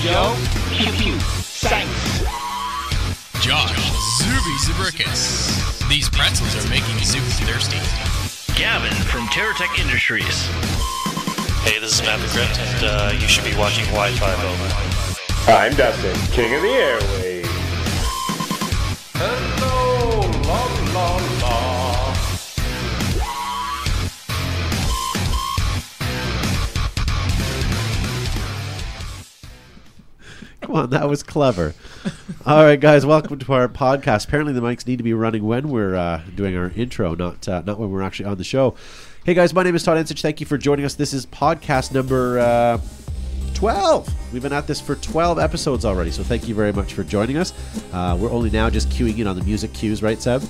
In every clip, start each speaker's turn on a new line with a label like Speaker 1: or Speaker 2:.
Speaker 1: Pew pew. Thanks.
Speaker 2: Josh, Zuby Zubricus. These pretzels are making Zuby thirsty.
Speaker 3: Gavin from TerraTech Industries.
Speaker 4: Hey, this is Matt McCrift, and uh, you should be watching Wi-Fi over.
Speaker 5: I'm Dustin, King of the Airways.
Speaker 6: Hello, la la la.
Speaker 7: Come on, that was clever. All right, guys, welcome to our podcast. Apparently, the mics need to be running when we're uh, doing our intro, not uh, not when we're actually on the show. Hey, guys, my name is Todd Ensich. Thank you for joining us. This is podcast number uh, twelve. We've been at this for twelve episodes already, so thank you very much for joining us. Uh, we're only now just queuing in on the music cues, right, Seb?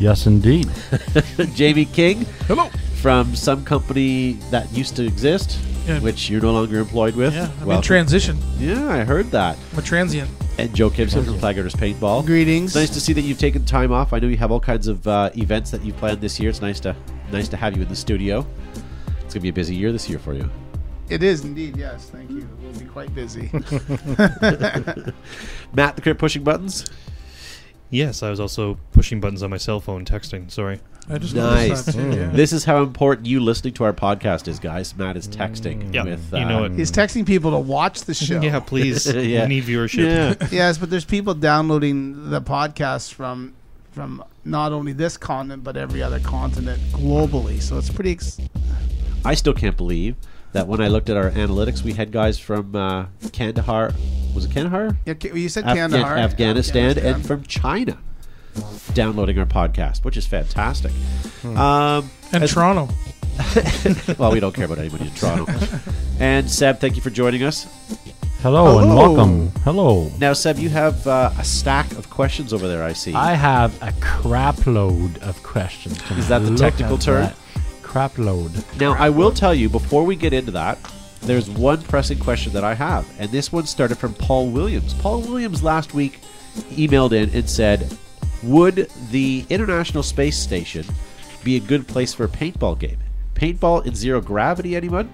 Speaker 8: Yes, indeed.
Speaker 7: Jamie King
Speaker 9: Hello.
Speaker 7: from some company that used to exist,
Speaker 9: Yeah.
Speaker 7: which you're no longer employed with.
Speaker 9: Yeah, I'm in
Speaker 7: Welcome.
Speaker 9: transition.
Speaker 7: yeah, I heard that.
Speaker 9: I'm a transient.
Speaker 7: and Joe Gibson from Flag Earners Paintball.
Speaker 8: Greetings.
Speaker 7: It's nice to see that you've taken time off. I know you have all kinds of uh, events that you've planned this year. It's nice to nice to have you in the studio. It's gonna be a busy year this year for you.
Speaker 10: It is indeed, yes. Thank you. We'll be quite busy.
Speaker 7: Matt, the crib pushing buttons.
Speaker 4: Yes, I was also pushing buttons on my cell phone, texting. Sorry.
Speaker 9: I just
Speaker 7: Nice.
Speaker 9: noticed that, too, yeah.
Speaker 7: This is how important you listening to our podcast is, guys. Matt is texting
Speaker 4: Yeah,
Speaker 7: with uh,
Speaker 4: you know it.
Speaker 10: He's texting people to watch the show.
Speaker 4: um, Yeah, please.
Speaker 7: Yeah.
Speaker 4: We need viewership.
Speaker 7: Yeah.
Speaker 10: Yes, but there's people downloading the podcast from from not only this continent but every other continent globally. So it's pretty ex-
Speaker 7: I still can't believe that when I looked at our analytics, we had guys from uh, Kandahar. Was it Kandahar?
Speaker 10: Yeah, Ca- you said
Speaker 7: Afghan-
Speaker 10: Kandahar,
Speaker 7: Afghanistan, and from China downloading our podcast, which is fantastic. Um,
Speaker 9: And Toronto.
Speaker 7: well, we don't care about anybody in Toronto. and Seb, thank you for joining us.
Speaker 8: Hello, and
Speaker 10: Hello.
Speaker 8: welcome. Hello.
Speaker 7: Now, Seb, you have uh, a stack of questions over there. I see.
Speaker 8: I have a crap load of questions.
Speaker 7: Is that the
Speaker 8: Look
Speaker 7: technical
Speaker 8: at
Speaker 7: term?
Speaker 8: that. Crap load.
Speaker 7: now, I will tell you before we get into that. There's one pressing question that I have, and this one started from Paul Williams. Paul Williams last week emailed in and said, "Would the International Space Station be a good place for a paintball game? Paintball in zero gravity, anyone?"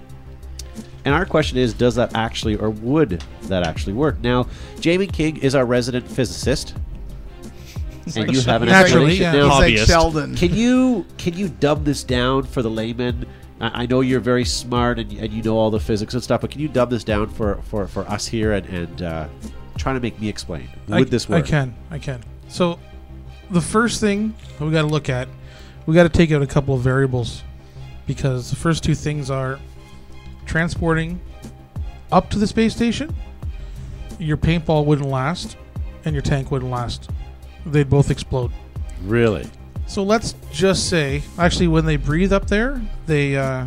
Speaker 7: And our question is, does that actually or would that actually work? Now, Jamie King is our resident physicist. And you have an
Speaker 9: Naturally,
Speaker 7: explanation.
Speaker 9: yeah.
Speaker 7: Now,
Speaker 10: He's like
Speaker 4: Hobbyist.
Speaker 10: Sheldon.
Speaker 7: can you can you dumb this down for the layman? I I know you're very smart and, and you know all the physics and stuff, but can you dumb this down for, for, for us here and, and uh, trying to make me explain? Would
Speaker 9: I,
Speaker 7: this work?
Speaker 9: I can. I can. So, the first thing that we got to look at, we got to take out a couple of variables because the first two things are transporting up to the space station, your paintball wouldn't last, and your tank wouldn't last. They'd both explode.
Speaker 7: Really?
Speaker 9: So let's just say, actually, when they breathe up there, they uh,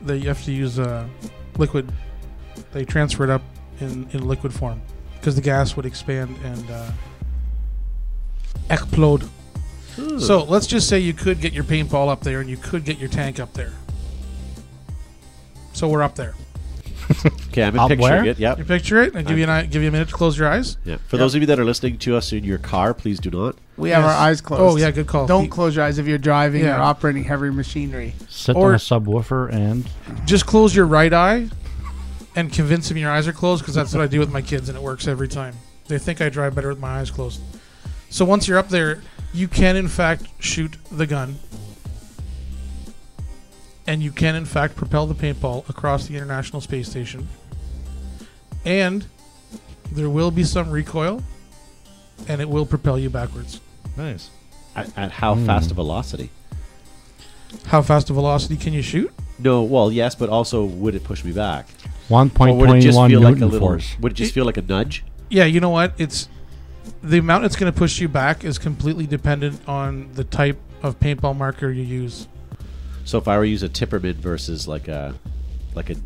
Speaker 9: they have to use uh, liquid. They transfer it up in, in liquid form because the gas would expand and uh, explode. So let's just say you could get your paintball up there and you could get your tank up there. So we're up there.
Speaker 7: Okay, I'm
Speaker 8: Up
Speaker 7: picturing
Speaker 8: where?
Speaker 7: it. Yep.
Speaker 9: You picture it, and give you an, eye- give you a minute to close your eyes.
Speaker 7: Yeah. For those of you that are listening to us in your car, please do not.
Speaker 10: we have
Speaker 9: Yes.
Speaker 10: our eyes closed.
Speaker 9: Oh yeah, good call.
Speaker 10: Don't
Speaker 9: You-
Speaker 10: close your eyes if you're driving
Speaker 9: Yeah.
Speaker 10: or operating heavy machinery.
Speaker 8: Sit
Speaker 9: Or-
Speaker 8: on a subwoofer and
Speaker 9: just close your right eye and convince them your eyes are closed because that's what I do with my kids and it works every time. They think I drive better with my eyes closed. So once you're up there, you can in fact shoot the gun. And you can in fact propel the paintball across the International Space Station. And there will be some recoil and it will propel you backwards.
Speaker 4: Nice.
Speaker 7: At, at how fast a velocity?
Speaker 9: How fast a velocity can you shoot?
Speaker 7: No, well, yes, but also would it push me back? Or would it just
Speaker 8: 1.21
Speaker 7: feel like a
Speaker 8: Newton
Speaker 7: little?
Speaker 8: force.
Speaker 7: Would it just feel like a nudge?
Speaker 9: yeah, you know what? It's the amount it's going to push you back is completely dependent on the type of paintball marker you use.
Speaker 7: So if I were to use a Tipperman versus like a like a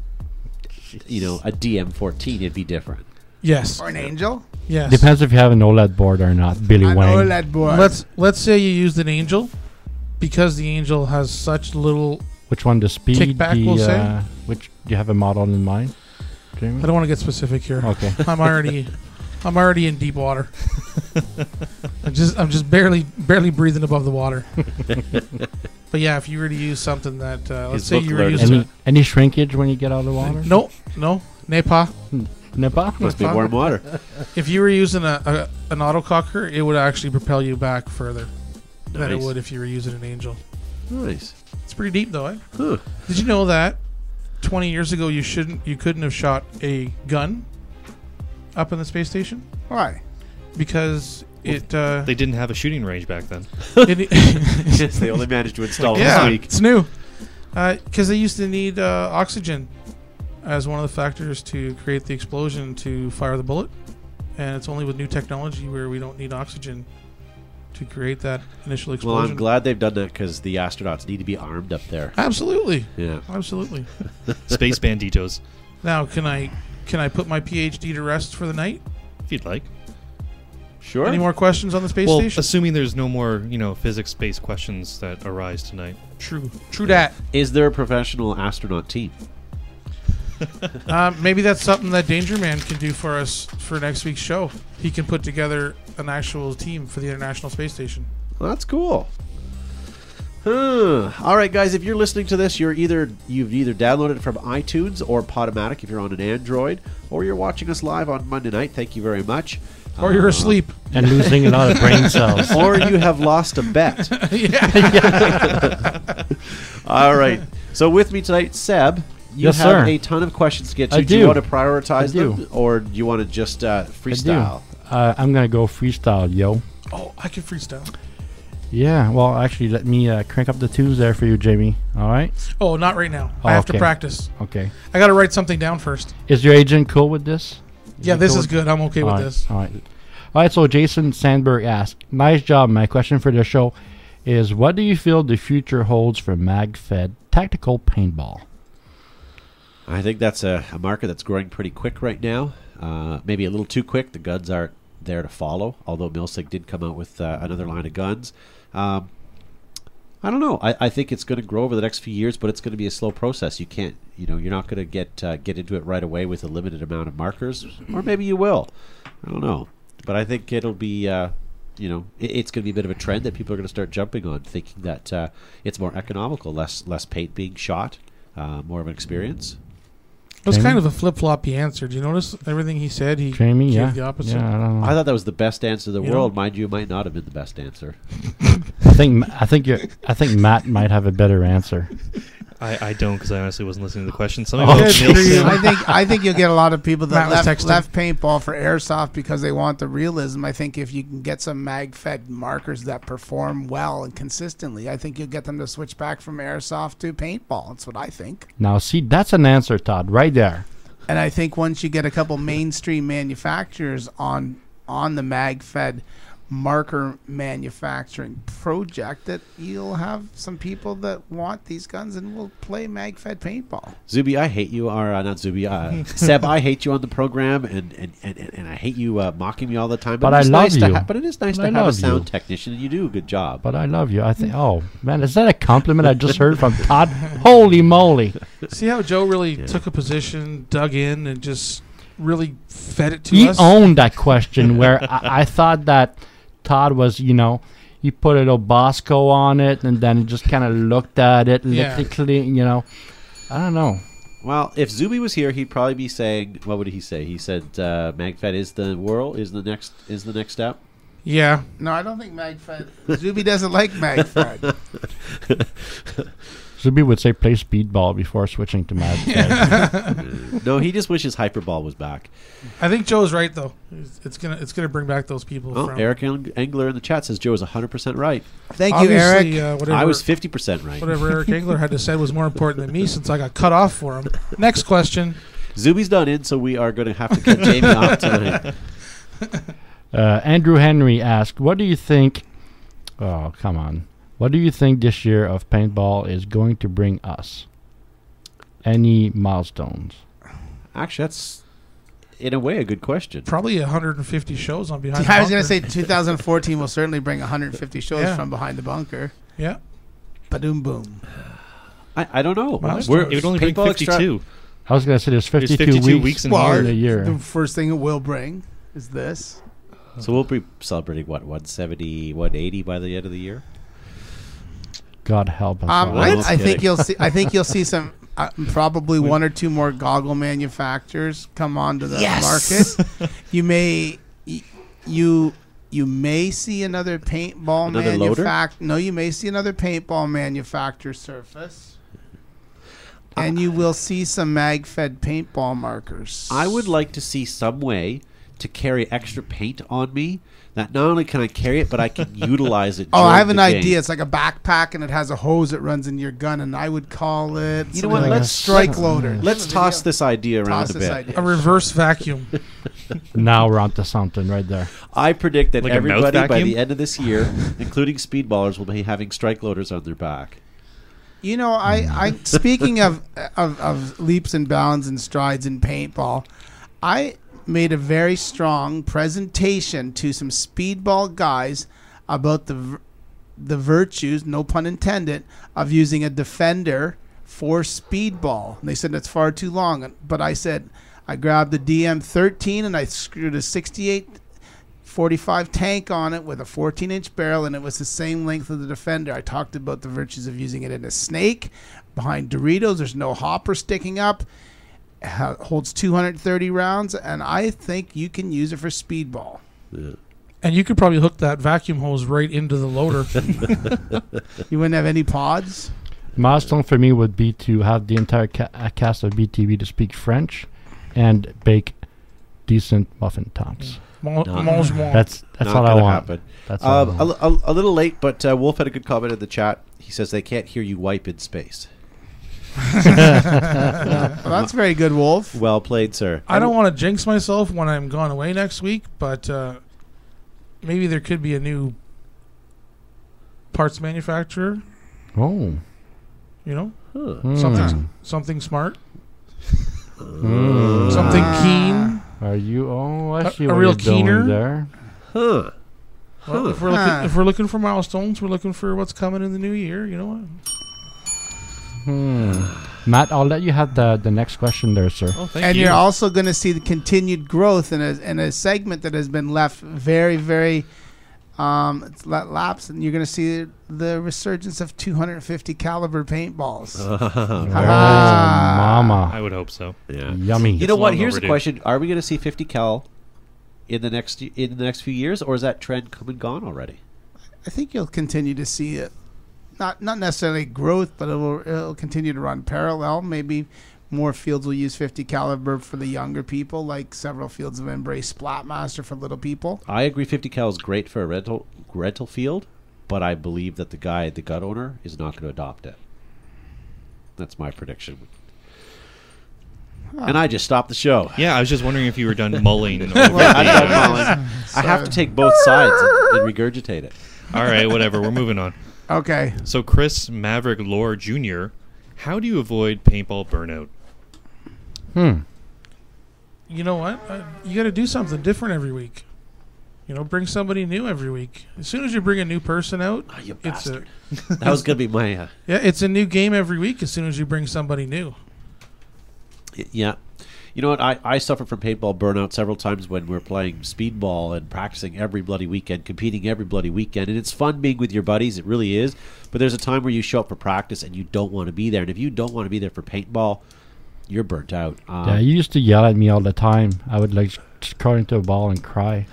Speaker 7: you know a DM14, it'd be different.
Speaker 9: Yes.
Speaker 10: Or an angel?
Speaker 9: Yes.
Speaker 8: Depends if you have an OLED board or not, Billy
Speaker 10: I know
Speaker 9: E
Speaker 8: Wang.
Speaker 10: that boy.
Speaker 9: Let's let's say you used an angel because the angel has such little
Speaker 8: Which one? The speed?
Speaker 9: Kickback,
Speaker 8: the,
Speaker 9: we'll say.
Speaker 8: uh, Which do you have a model in mind, Jamie?
Speaker 9: I don't want to get specific here.
Speaker 8: Okay.
Speaker 9: I'm already I'm already in deep water. I'm just I'm just barely barely breathing above the water. but yeah, if you were to use something that uh, let's
Speaker 7: His
Speaker 9: say
Speaker 7: book
Speaker 9: you were
Speaker 7: learning.
Speaker 9: using
Speaker 8: Any, any shrinkage when you get out of the water?
Speaker 9: no no Nepa
Speaker 8: Nepal?
Speaker 7: Must be warm water.
Speaker 9: If you were using a, a an autococker, it would actually propel you back further than it
Speaker 7: Nice.
Speaker 9: would if you were using an angel.
Speaker 7: Nice.
Speaker 9: It's pretty deep though, eh?
Speaker 7: Huh.
Speaker 9: Did you know that 20 years ago you shouldn't you couldn't have shot a gun up in the space station
Speaker 10: Why?
Speaker 9: because it uh
Speaker 11: They didn't have a shooting range back then.
Speaker 9: it,
Speaker 7: yes, they only managed to install it
Speaker 9: yeah,
Speaker 7: this week.
Speaker 9: it's new. Because Uh, they used to need uh, oxygen as one of the factors to create the explosion to fire the bullet, and it's only with new technology where we don't need oxygen to create that initial
Speaker 7: Well,
Speaker 9: explosion.
Speaker 7: I'm glad they've done that because the astronauts need to be armed up there.
Speaker 9: Absolutely,
Speaker 7: Yeah.
Speaker 9: absolutely.
Speaker 11: Space Banditos,
Speaker 9: now, can I can I put my PhD to rest for the night?
Speaker 11: if you'd like.
Speaker 7: Sure.
Speaker 9: Any more questions on the space
Speaker 11: Well,
Speaker 9: station?
Speaker 11: assuming there's no more, you know, physics-based questions that arise tonight.
Speaker 9: True, true dat.
Speaker 7: Is there a professional astronaut team?
Speaker 9: Um, maybe that's something that Danger Man can do for us for next week's show. He can put together an actual team for the International Space Station.
Speaker 7: Well, that's cool. Huh. All right, guys. If you're listening to this, you're either you've either downloaded it from iTunes or Podomatic if you're on an Android, or you're watching us live on Monday night. Thank you very much.
Speaker 9: Or you're
Speaker 7: Uh,
Speaker 9: asleep.
Speaker 8: And losing a lot of brain cells.
Speaker 7: or you have lost a bet.
Speaker 9: yeah.
Speaker 7: All right. So with me tonight, Seb. You
Speaker 8: Yes,
Speaker 7: have
Speaker 8: sir.
Speaker 7: a ton of questions to get to.
Speaker 8: I
Speaker 7: you
Speaker 8: do.
Speaker 7: want to prioritize
Speaker 8: I do.
Speaker 7: them, or do you want to just uh,
Speaker 8: I do.
Speaker 7: freestyle?
Speaker 8: Uh, I'm gonna go freestyle, yo.
Speaker 9: Oh, I can freestyle.
Speaker 8: Yeah, well, actually, let me uh, crank up the twos there for you, Jamie. All right?
Speaker 9: Oh, not right now.
Speaker 8: Oh,
Speaker 9: I have to
Speaker 8: okay.
Speaker 9: practice.
Speaker 8: Okay.
Speaker 9: I got to write something down first.
Speaker 8: Is your agent cool with this?
Speaker 9: Yeah, this is good. I'm okay with
Speaker 8: All right,
Speaker 9: this.
Speaker 8: All right. All right. So Jason Sandberg asked, "Nice job." My question for the show is, what do you feel the future holds for MagFed tactical paintball?
Speaker 7: I think that's a, a market that's growing pretty quick right now. Uh, maybe a little too quick. The guns aren't there to follow, although Milsig did come out with uh, another line of guns. Um, I don't know. I, I think it's going to grow over the next few years, but it's going to be a slow process. You can't, you know, you're not going to get uh, get into it right away with a limited amount of markers, or maybe you will. I don't know, but I think it'll be, uh, you know, it, it's going to be a bit of a trend that people are going to start jumping on, thinking that uh, it's more economical, less less paint being shot, uh, more of an experience.
Speaker 9: It was
Speaker 8: Jamie?
Speaker 9: kind of a flip floppy answer. Do you notice everything he said? He
Speaker 8: Jamie,
Speaker 9: gave
Speaker 8: yeah,
Speaker 9: the opposite.
Speaker 8: yeah. I don't know.
Speaker 7: I thought that was the best answer in the
Speaker 9: You
Speaker 7: world.
Speaker 9: know?
Speaker 7: Mind you, it might not have been the best answer.
Speaker 8: I think I think you I think Matt might have a better answer.
Speaker 11: I, I don't because I honestly wasn't listening to the question. Something
Speaker 8: Oh,
Speaker 11: about
Speaker 9: yeah,
Speaker 11: Nielsen.
Speaker 9: true.
Speaker 10: I think I think you'll get a lot of people that
Speaker 9: Matt was
Speaker 10: left,
Speaker 9: texting.
Speaker 10: left paintball for airsoft because they want the realism. I think if you can get some mag-fed markers that perform well and consistently, I think you'll get them to switch back from airsoft to paintball. That's what I think.
Speaker 8: Now, see, that's an answer, Todd, right there.
Speaker 10: And I think once you get a couple mainstream manufacturers on on the mag-fed marker manufacturing project, that you'll have some people that want these guns and will play mag-fed paintball.
Speaker 7: Zuby, I hate you. Or uh, not Zuby. Uh, Seb, I hate you on the program, and and, and, and, and I hate you uh, mocking me all the time.
Speaker 8: But I
Speaker 7: it's
Speaker 8: love
Speaker 7: nice To
Speaker 8: you.
Speaker 7: ha- but it is nice
Speaker 8: But I
Speaker 7: to have a
Speaker 8: love you.
Speaker 7: sound technician, and you do a good job.
Speaker 8: But I love you. I think. Oh man, is that a compliment I just heard from Todd? Holy moly!
Speaker 9: See how Joe really took a position, dug in, and just really fed it to
Speaker 8: he
Speaker 9: us?
Speaker 8: owned that question where I, I thought that Todd was, you know, he put a little Bosco on it and then just kind of looked at it,
Speaker 9: Yeah.
Speaker 8: licked it clean, you know. I don't know.
Speaker 7: well, if Zuby was here, he'd probably be saying, "What would he say?" He said, uh, "Magfed is the world is the next is the next step."
Speaker 9: yeah.
Speaker 10: No, I don't think MagFed. Zuby doesn't like MagFed.
Speaker 8: Zuby would say play speedball before switching to mad.
Speaker 7: no, he just wishes Hyperball was back.
Speaker 9: I think Joe's right, though. It's, it's going to it's gonna bring back those people.
Speaker 7: Oh,
Speaker 9: from
Speaker 7: Eric Eng- Engler in the chat says Joe is hundred percent right.
Speaker 10: Thank you, Eric.
Speaker 9: Obviously, Uh, whatever,
Speaker 7: I was fifty percent right.
Speaker 9: whatever Eric Engler had to say was more important than me since I got cut off for him. Next question.
Speaker 7: Zuby's not in, so we are going to have to cut Jamie off tonight.
Speaker 8: Uh, Andrew Henry asked, "What do you think?" Oh come on! What do you think this year of paintball is going to bring us? Any milestones?
Speaker 7: Actually, that's in a way a good question.
Speaker 9: Probably 150 shows on Behind the
Speaker 10: I was going
Speaker 9: Bunker.
Speaker 10: to say 2014 will certainly bring 150 shows
Speaker 9: Yeah.
Speaker 10: from behind the bunker.
Speaker 9: Yeah.
Speaker 10: Badoom boom.
Speaker 7: I, I don't know.
Speaker 9: Wow.
Speaker 11: It would only bring
Speaker 7: paintball extra-
Speaker 11: 52.
Speaker 8: I was gonna say there's
Speaker 11: There's
Speaker 8: 52,
Speaker 11: 52 weeks,
Speaker 8: weeks
Speaker 11: in
Speaker 10: Well,
Speaker 11: here.
Speaker 8: in a
Speaker 10: The
Speaker 8: year.
Speaker 10: first thing it will bring is this.
Speaker 7: So we'll be celebrating what 170, 180 by the end of the year.
Speaker 8: God help us.
Speaker 10: Um,
Speaker 8: all.
Speaker 7: I
Speaker 10: I,
Speaker 7: was
Speaker 10: Um, I think
Speaker 7: kidding.
Speaker 10: you'll see. I think you'll see some. uh, probably one or two more goggle manufacturers come onto the
Speaker 9: Yes!
Speaker 10: market. you may y- you you may see another paintball
Speaker 7: Another loader?
Speaker 10: manufacturer. No, you may see another paintball manufacturer surface.
Speaker 7: Uh,
Speaker 10: And you will see some mag-fed paintball markers.
Speaker 7: I would like to see some way to carry extra paint on me. That not only can I carry it, but I can utilize it.
Speaker 10: Oh, I
Speaker 7: during
Speaker 10: have an
Speaker 7: the game.
Speaker 10: idea. It's like a backpack, and it has a hose that runs into your gun, and I would call it.
Speaker 7: You know
Speaker 10: something
Speaker 7: what?
Speaker 10: Like
Speaker 7: Let's
Speaker 10: a strike loader.
Speaker 7: Let's toss this idea around
Speaker 10: Toss
Speaker 7: a
Speaker 10: this
Speaker 7: bit.
Speaker 10: idea.
Speaker 9: A reverse vacuum.
Speaker 8: now we're onto something right there.
Speaker 7: I predict that
Speaker 11: Like a mouth
Speaker 7: everybody by
Speaker 11: vacuum?
Speaker 7: the end of this year, including speedballers, will be having strike loaders on their back.
Speaker 10: You know, I, I speaking of, of of leaps and bounds and strides in paintball, I made a very strong presentation to some speedball guys about the v- the virtues, no pun intended, of using a defender for speedball. And they said that's far too long, but I said I grabbed the DM13 and I screwed a 68 45 tank on it with a 14 inch barrel, and it was the same length of the Defender. I talked about the virtues of using it in a snake behind Doritos. There's no hopper sticking up. Ha- Holds 230 rounds, and I think you can use it for speedball.
Speaker 9: And you could probably hook that vacuum hose right into the loader.
Speaker 10: You wouldn't have any pods.
Speaker 8: Milestone for me would be to have the entire ca- uh, cast of BTV to speak French and bake decent muffin tops.
Speaker 9: Mon-
Speaker 7: Not-
Speaker 9: mange moi.
Speaker 8: That's that's
Speaker 7: Not
Speaker 8: all I
Speaker 7: gonna
Speaker 8: want.
Speaker 7: happen.
Speaker 8: That's
Speaker 10: Uh,
Speaker 8: all
Speaker 7: Um,
Speaker 8: I
Speaker 7: a,
Speaker 8: want.
Speaker 7: li- a- a little late, but uh, Wolf had a good comment in the chat. He says they can't hear you wipe in space.
Speaker 10: Well, that's very good, Wolf.
Speaker 7: Well played, sir.
Speaker 9: I don't want to jinx myself when I'm gone away next week, but uh, maybe there could be a new parts manufacturer.
Speaker 8: Oh,
Speaker 9: You know,
Speaker 7: Huh.
Speaker 8: Hmm.
Speaker 9: something something smart,
Speaker 8: Hmm.
Speaker 9: something
Speaker 10: Ah.
Speaker 9: keen.
Speaker 8: Are you? Oh, I
Speaker 9: A-
Speaker 8: see
Speaker 9: a
Speaker 8: what
Speaker 9: real
Speaker 8: you're doing
Speaker 9: keener?
Speaker 8: there.
Speaker 7: Huh.
Speaker 9: Well, if we're looking,
Speaker 10: Huh.
Speaker 9: if we're looking for milestones, we're looking for what's coming in the new year. You know what?
Speaker 8: Hmm. Matt, I'll let you have the the next question there, sir.
Speaker 11: Oh, thank
Speaker 10: And
Speaker 11: you.
Speaker 10: you're also going to see the continued growth in a, in a segment that has been left very, very um, it's let lapse, and you're going to see the resurgence of 250 caliber paintballs.
Speaker 8: Oh,
Speaker 10: Ah.
Speaker 8: mama,
Speaker 11: I would hope so.
Speaker 7: Yeah.
Speaker 8: yummy.
Speaker 7: You know what?
Speaker 11: long
Speaker 7: Here's the
Speaker 11: overdue.
Speaker 7: question: Are we going to see 50 cal in the next y- in the next few years, or is that trend come and gone already?
Speaker 10: I think you'll continue to see it. Not not necessarily growth, but it'll it'll continue to run parallel. Maybe more fields will use 50 caliber for the younger people, like several fields have embraced Splatmaster for little people.
Speaker 7: I agree, 50 cal is great for a rental rental field, but I believe that the guy, the gun owner, is not going to adopt it. That's my prediction. And I just stopped the show.
Speaker 11: Yeah, I was just wondering if you were done mulling. over
Speaker 7: I'm
Speaker 11: the,
Speaker 7: done
Speaker 11: uh,
Speaker 7: calling. I have to take both sides and, and regurgitate it.
Speaker 11: all right, whatever. We're moving on.
Speaker 10: Okay,
Speaker 11: So, Chris Maverick Lore Jr., how do you avoid paintball burnout?
Speaker 8: Hmm.
Speaker 9: You know what? Uh, you got to do something different every week. You know, bring somebody new every week. As soon as you bring a new person out,
Speaker 7: Ah, you
Speaker 9: it's a
Speaker 7: bastard. That was going to be my. Uh,
Speaker 9: yeah, it's a new game every week. As soon as you bring somebody new,
Speaker 7: Y- Yeah. You know what? I, I suffered from paintball burnout several times when we're playing speedball and practicing every bloody weekend, competing every bloody weekend. And it's fun being with your buddies, it really is. But there's a time where you show up for practice and you don't want to be there. And if you don't want to be there for paintball, you're burnt out.
Speaker 10: uh,
Speaker 7: Um,
Speaker 8: Yeah, you used to yell at me all the time. I would like just curl into a ball and cry.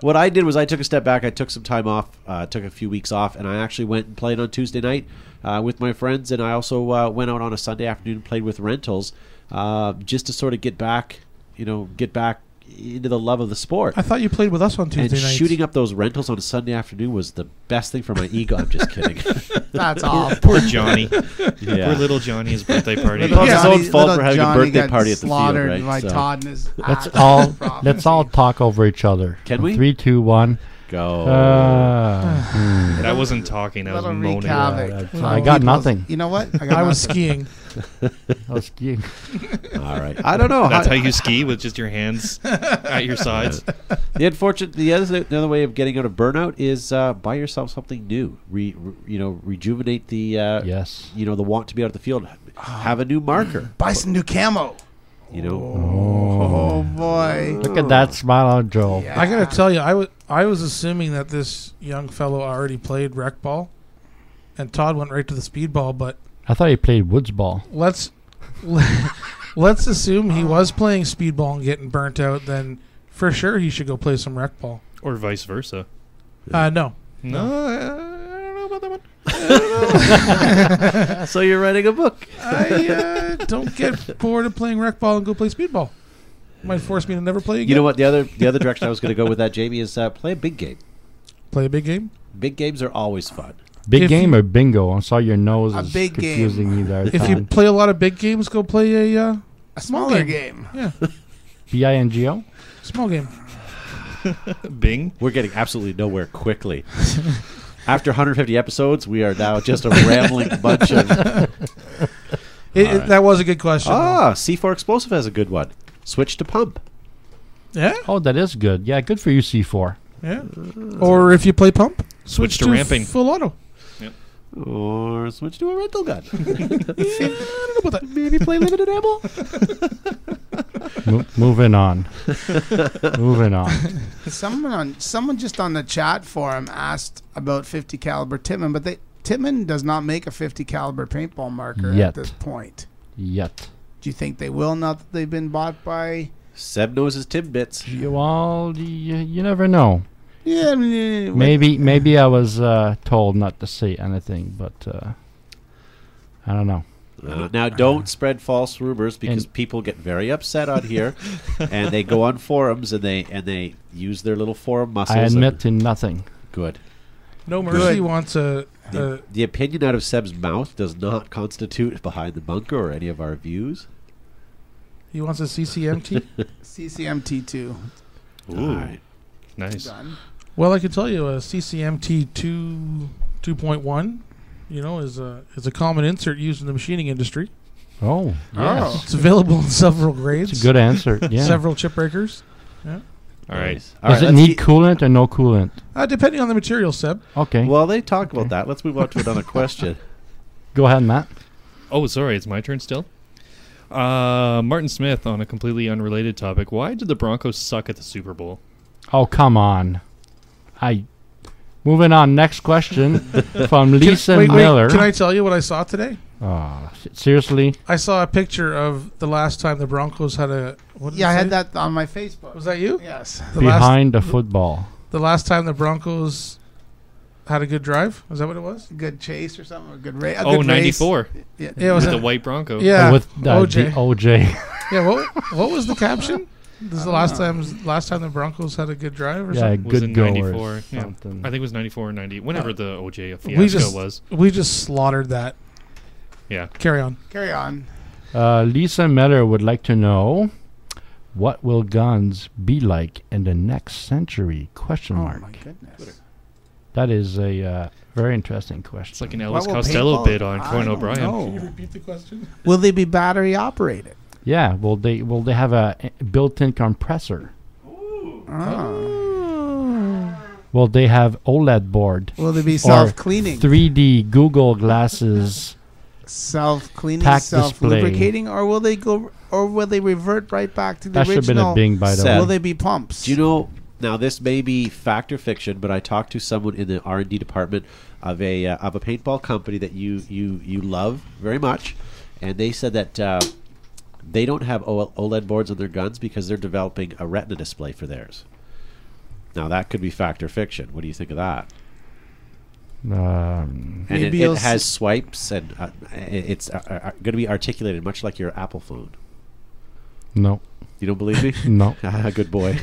Speaker 7: what I did was I took a step back. I took some time off, uh, took a few weeks off, and I actually went and played on Tuesday night uh, with my friends. And I also uh, went out on a Sunday afternoon and played with rentals uh, just to sort of get back, you know, get back into the love of the sport.
Speaker 9: I thought you played with us on Tuesday
Speaker 7: and
Speaker 9: night.
Speaker 7: shooting up those rentals on a Sunday afternoon was the best thing for my ego. I'm just kidding.
Speaker 10: that's all.
Speaker 11: Poor Johnny.
Speaker 7: yeah.
Speaker 11: Poor little Johnny's birthday party.
Speaker 7: Little- Well, it's his own fault
Speaker 10: little
Speaker 7: for having a birthday
Speaker 10: got
Speaker 7: party at the field,
Speaker 10: slaughtered
Speaker 7: right?
Speaker 10: By
Speaker 7: So-
Speaker 10: Todd and his
Speaker 8: Let's
Speaker 10: ass.
Speaker 8: all let's all talk over each other.
Speaker 7: Can we?
Speaker 8: Three, two, one.
Speaker 7: Go.
Speaker 10: Oh.
Speaker 8: Uh,
Speaker 11: That wasn't talking. That was
Speaker 10: Little
Speaker 11: moaning.
Speaker 10: recap.
Speaker 8: Yeah,
Speaker 10: Little
Speaker 8: I got
Speaker 10: people's-
Speaker 8: nothing.
Speaker 10: You know what? I got
Speaker 9: I was
Speaker 10: nothing.
Speaker 9: skiing.
Speaker 8: I was kidding.
Speaker 7: All right. I don't
Speaker 9: Oh,
Speaker 7: know.
Speaker 11: That's
Speaker 7: I-
Speaker 11: how you ski with just your hands at your sides.
Speaker 7: the unfortunate, the other, the other way of getting out of burnout is uh, buy yourself something new. Re, re- you know, rejuvenate the uh,
Speaker 8: Yes.
Speaker 7: you know the want to be out of the field. Have a new marker.
Speaker 10: Buy some new camo.
Speaker 7: You know,
Speaker 10: Oh boy.
Speaker 8: Look at that smile on Joel.
Speaker 10: Oh. Yeah.
Speaker 9: I gotta tell you, I was I was assuming that this young fellow already played rec ball, and Todd went right to the speed ball, but
Speaker 8: I thought he played woods ball.
Speaker 9: Let's let's assume he was playing speedball and getting burnt out. Then for sure he should go play some rec ball.
Speaker 11: Or vice versa.
Speaker 9: Uh, no.
Speaker 11: No,
Speaker 7: so you're writing a book.
Speaker 9: I uh, don't get bored of playing rec ball and go play speedball. Might force me to never play again.
Speaker 7: You know what? The other the other direction I was going to go with that, Jamie, is uh, play a big game.
Speaker 9: Play a big game.
Speaker 7: Big games are always fun.
Speaker 8: Big
Speaker 9: If
Speaker 8: game or bingo? I saw your nose
Speaker 10: A
Speaker 8: is
Speaker 10: big game.
Speaker 8: confusing you there.
Speaker 9: If you
Speaker 8: Tom.
Speaker 9: play a lot of big games, go play a uh,
Speaker 10: A
Speaker 9: small
Speaker 10: smaller
Speaker 9: game.
Speaker 10: game.
Speaker 9: yeah
Speaker 8: B-I-N-G-O?
Speaker 9: small game.
Speaker 11: Bing.
Speaker 7: We're getting absolutely nowhere quickly. After 150 episodes, we are now just a rambling bunch of.
Speaker 9: It, it- That was a good question.
Speaker 7: Ah, C4 Explosive has a good one. Switch to pump.
Speaker 9: though. Yeah,
Speaker 8: Oh, that is good. Yeah, good for you, C4.
Speaker 9: yeah. Or if you play pump,
Speaker 11: Switch
Speaker 9: switch
Speaker 11: to
Speaker 9: to
Speaker 11: ramping.
Speaker 9: full auto.
Speaker 7: Or switch to a rental gun.
Speaker 9: I don't know about that.
Speaker 7: Maybe play limited ammo.
Speaker 8: Mo- moving on. moving on.
Speaker 10: Someone on someone just on the chat forum asked about 50 caliber Tittman, but they Tittman does not make a 50 caliber paintball marker
Speaker 8: Yet.
Speaker 10: at this point.
Speaker 8: Yet.
Speaker 10: Do you think they will? Not that they've been bought by.
Speaker 7: Seb knows his tidbits.
Speaker 8: You all, you, you never know.
Speaker 10: Yeah, I mean, what-
Speaker 8: Maybe maybe I was uh, told not to say anything, but uh, I don't know.
Speaker 7: Uh, now, don't spread false rumors because
Speaker 8: And-
Speaker 7: people get very upset on here, and they go on forums and they and they use their little forum muscles.
Speaker 8: I admit
Speaker 7: and-
Speaker 8: to nothing.
Speaker 7: good.
Speaker 9: No mercy wants a. a
Speaker 8: Uh,
Speaker 7: The, the opinion out of Seb's mouth does not constitute behind the bunker or any of our views.
Speaker 9: he wants a CCMT.
Speaker 10: CCMT2
Speaker 11: Ooh,
Speaker 7: All right.
Speaker 11: nice.
Speaker 10: done.
Speaker 9: Well, I can tell you, uh, a CCMT two two point one, you know, is a is a common insert used in the machining industry.
Speaker 8: Oh, yes.
Speaker 9: It's available in several grades,
Speaker 8: It's a good answer. Yeah.
Speaker 9: several chip breakers,
Speaker 11: All right.
Speaker 7: Nice. All
Speaker 8: Does
Speaker 7: right,
Speaker 8: it
Speaker 7: let's
Speaker 8: need
Speaker 7: keep-
Speaker 8: coolant or no coolant?
Speaker 9: uh, depending on the material. Seb,
Speaker 8: Okay.
Speaker 7: Well, they talk about that. Let's move on to another question.
Speaker 8: Go ahead, Matt.
Speaker 11: Oh, sorry, it's my turn still. Uh, Martin Smith on a completely unrelated topic. Why did the Broncos suck at the Super Bowl?
Speaker 8: Oh, come on. I. Moving on. Next question from Lisa
Speaker 9: wait,
Speaker 8: Miller.
Speaker 9: wait, can I tell you what I saw today?
Speaker 8: Oh, s- seriously?
Speaker 9: I saw a picture of the last time the Broncos had a. What did
Speaker 10: Yeah,
Speaker 9: it
Speaker 10: I
Speaker 9: say?
Speaker 10: had that on my Facebook.
Speaker 9: Was that you?
Speaker 10: yes.
Speaker 9: The last
Speaker 8: Behind the football.
Speaker 9: the last time the Broncos had a good drive. Is that what it was?
Speaker 10: Good chase or something. A good, ra- a
Speaker 11: oh,
Speaker 10: good race.
Speaker 11: 94.
Speaker 10: Yeah.
Speaker 9: Yeah, it was
Speaker 11: With the
Speaker 9: a,
Speaker 11: white Bronco.
Speaker 9: yeah.
Speaker 8: Oh, With uh, the
Speaker 9: OJ.
Speaker 8: OJ. OJ.
Speaker 9: Yeah, what what was the caption? This is the last time last time the Broncos had a good drive or
Speaker 8: yeah,
Speaker 11: It
Speaker 9: something.
Speaker 11: Was
Speaker 8: good
Speaker 11: in
Speaker 8: go or
Speaker 11: 94. Yeah.
Speaker 8: something.
Speaker 11: I think it was 94 or 90. Whenever the OJ fiasco
Speaker 9: we just
Speaker 11: was.
Speaker 9: we just slaughtered that.
Speaker 11: Yeah.
Speaker 9: Carry on.
Speaker 10: Carry on.
Speaker 8: Uh, Lisa Miller would like to know what will guns be like in the next century? Question
Speaker 10: Oh
Speaker 8: mark.
Speaker 10: my goodness.
Speaker 8: That is a uh, very interesting question.
Speaker 11: It's like an Ellis
Speaker 10: will
Speaker 11: Costello
Speaker 10: paintball-
Speaker 11: bid on Coin
Speaker 10: I don't
Speaker 11: O'Brien.
Speaker 10: know.
Speaker 9: repeat the question?
Speaker 10: Will they be battery operated?
Speaker 8: yeah, will they will they have a i- built-in compressor?
Speaker 10: Oh.
Speaker 8: Will they have OLED board?
Speaker 10: Will they be self cleaning?
Speaker 8: 3D Google glasses.
Speaker 10: self cleaning,
Speaker 8: Tack
Speaker 10: self
Speaker 8: display.
Speaker 10: lubricating, or will they go or will they revert right back to the
Speaker 8: that should have been
Speaker 10: original?
Speaker 8: a Bing, by the
Speaker 7: Seth.
Speaker 8: way.
Speaker 10: Will they be pumps?
Speaker 7: Do you know? Now, this may be fact or fiction, but I talked to someone in the R and D department of a uh, of a paintball company that you you you love very much, and they said that. Uh, they don't have O- OLED boards on their guns because they're developing a Retina display for theirs. Now that could be fact or fiction. What do you think of that?
Speaker 8: Um,
Speaker 7: And it,
Speaker 10: Maybe
Speaker 7: it
Speaker 10: you'll
Speaker 7: has swipes, and uh, i- it's uh, uh, going to be articulated much like your Apple phone.
Speaker 8: no,
Speaker 7: You don't believe me?
Speaker 8: no.
Speaker 7: Ah, good boy.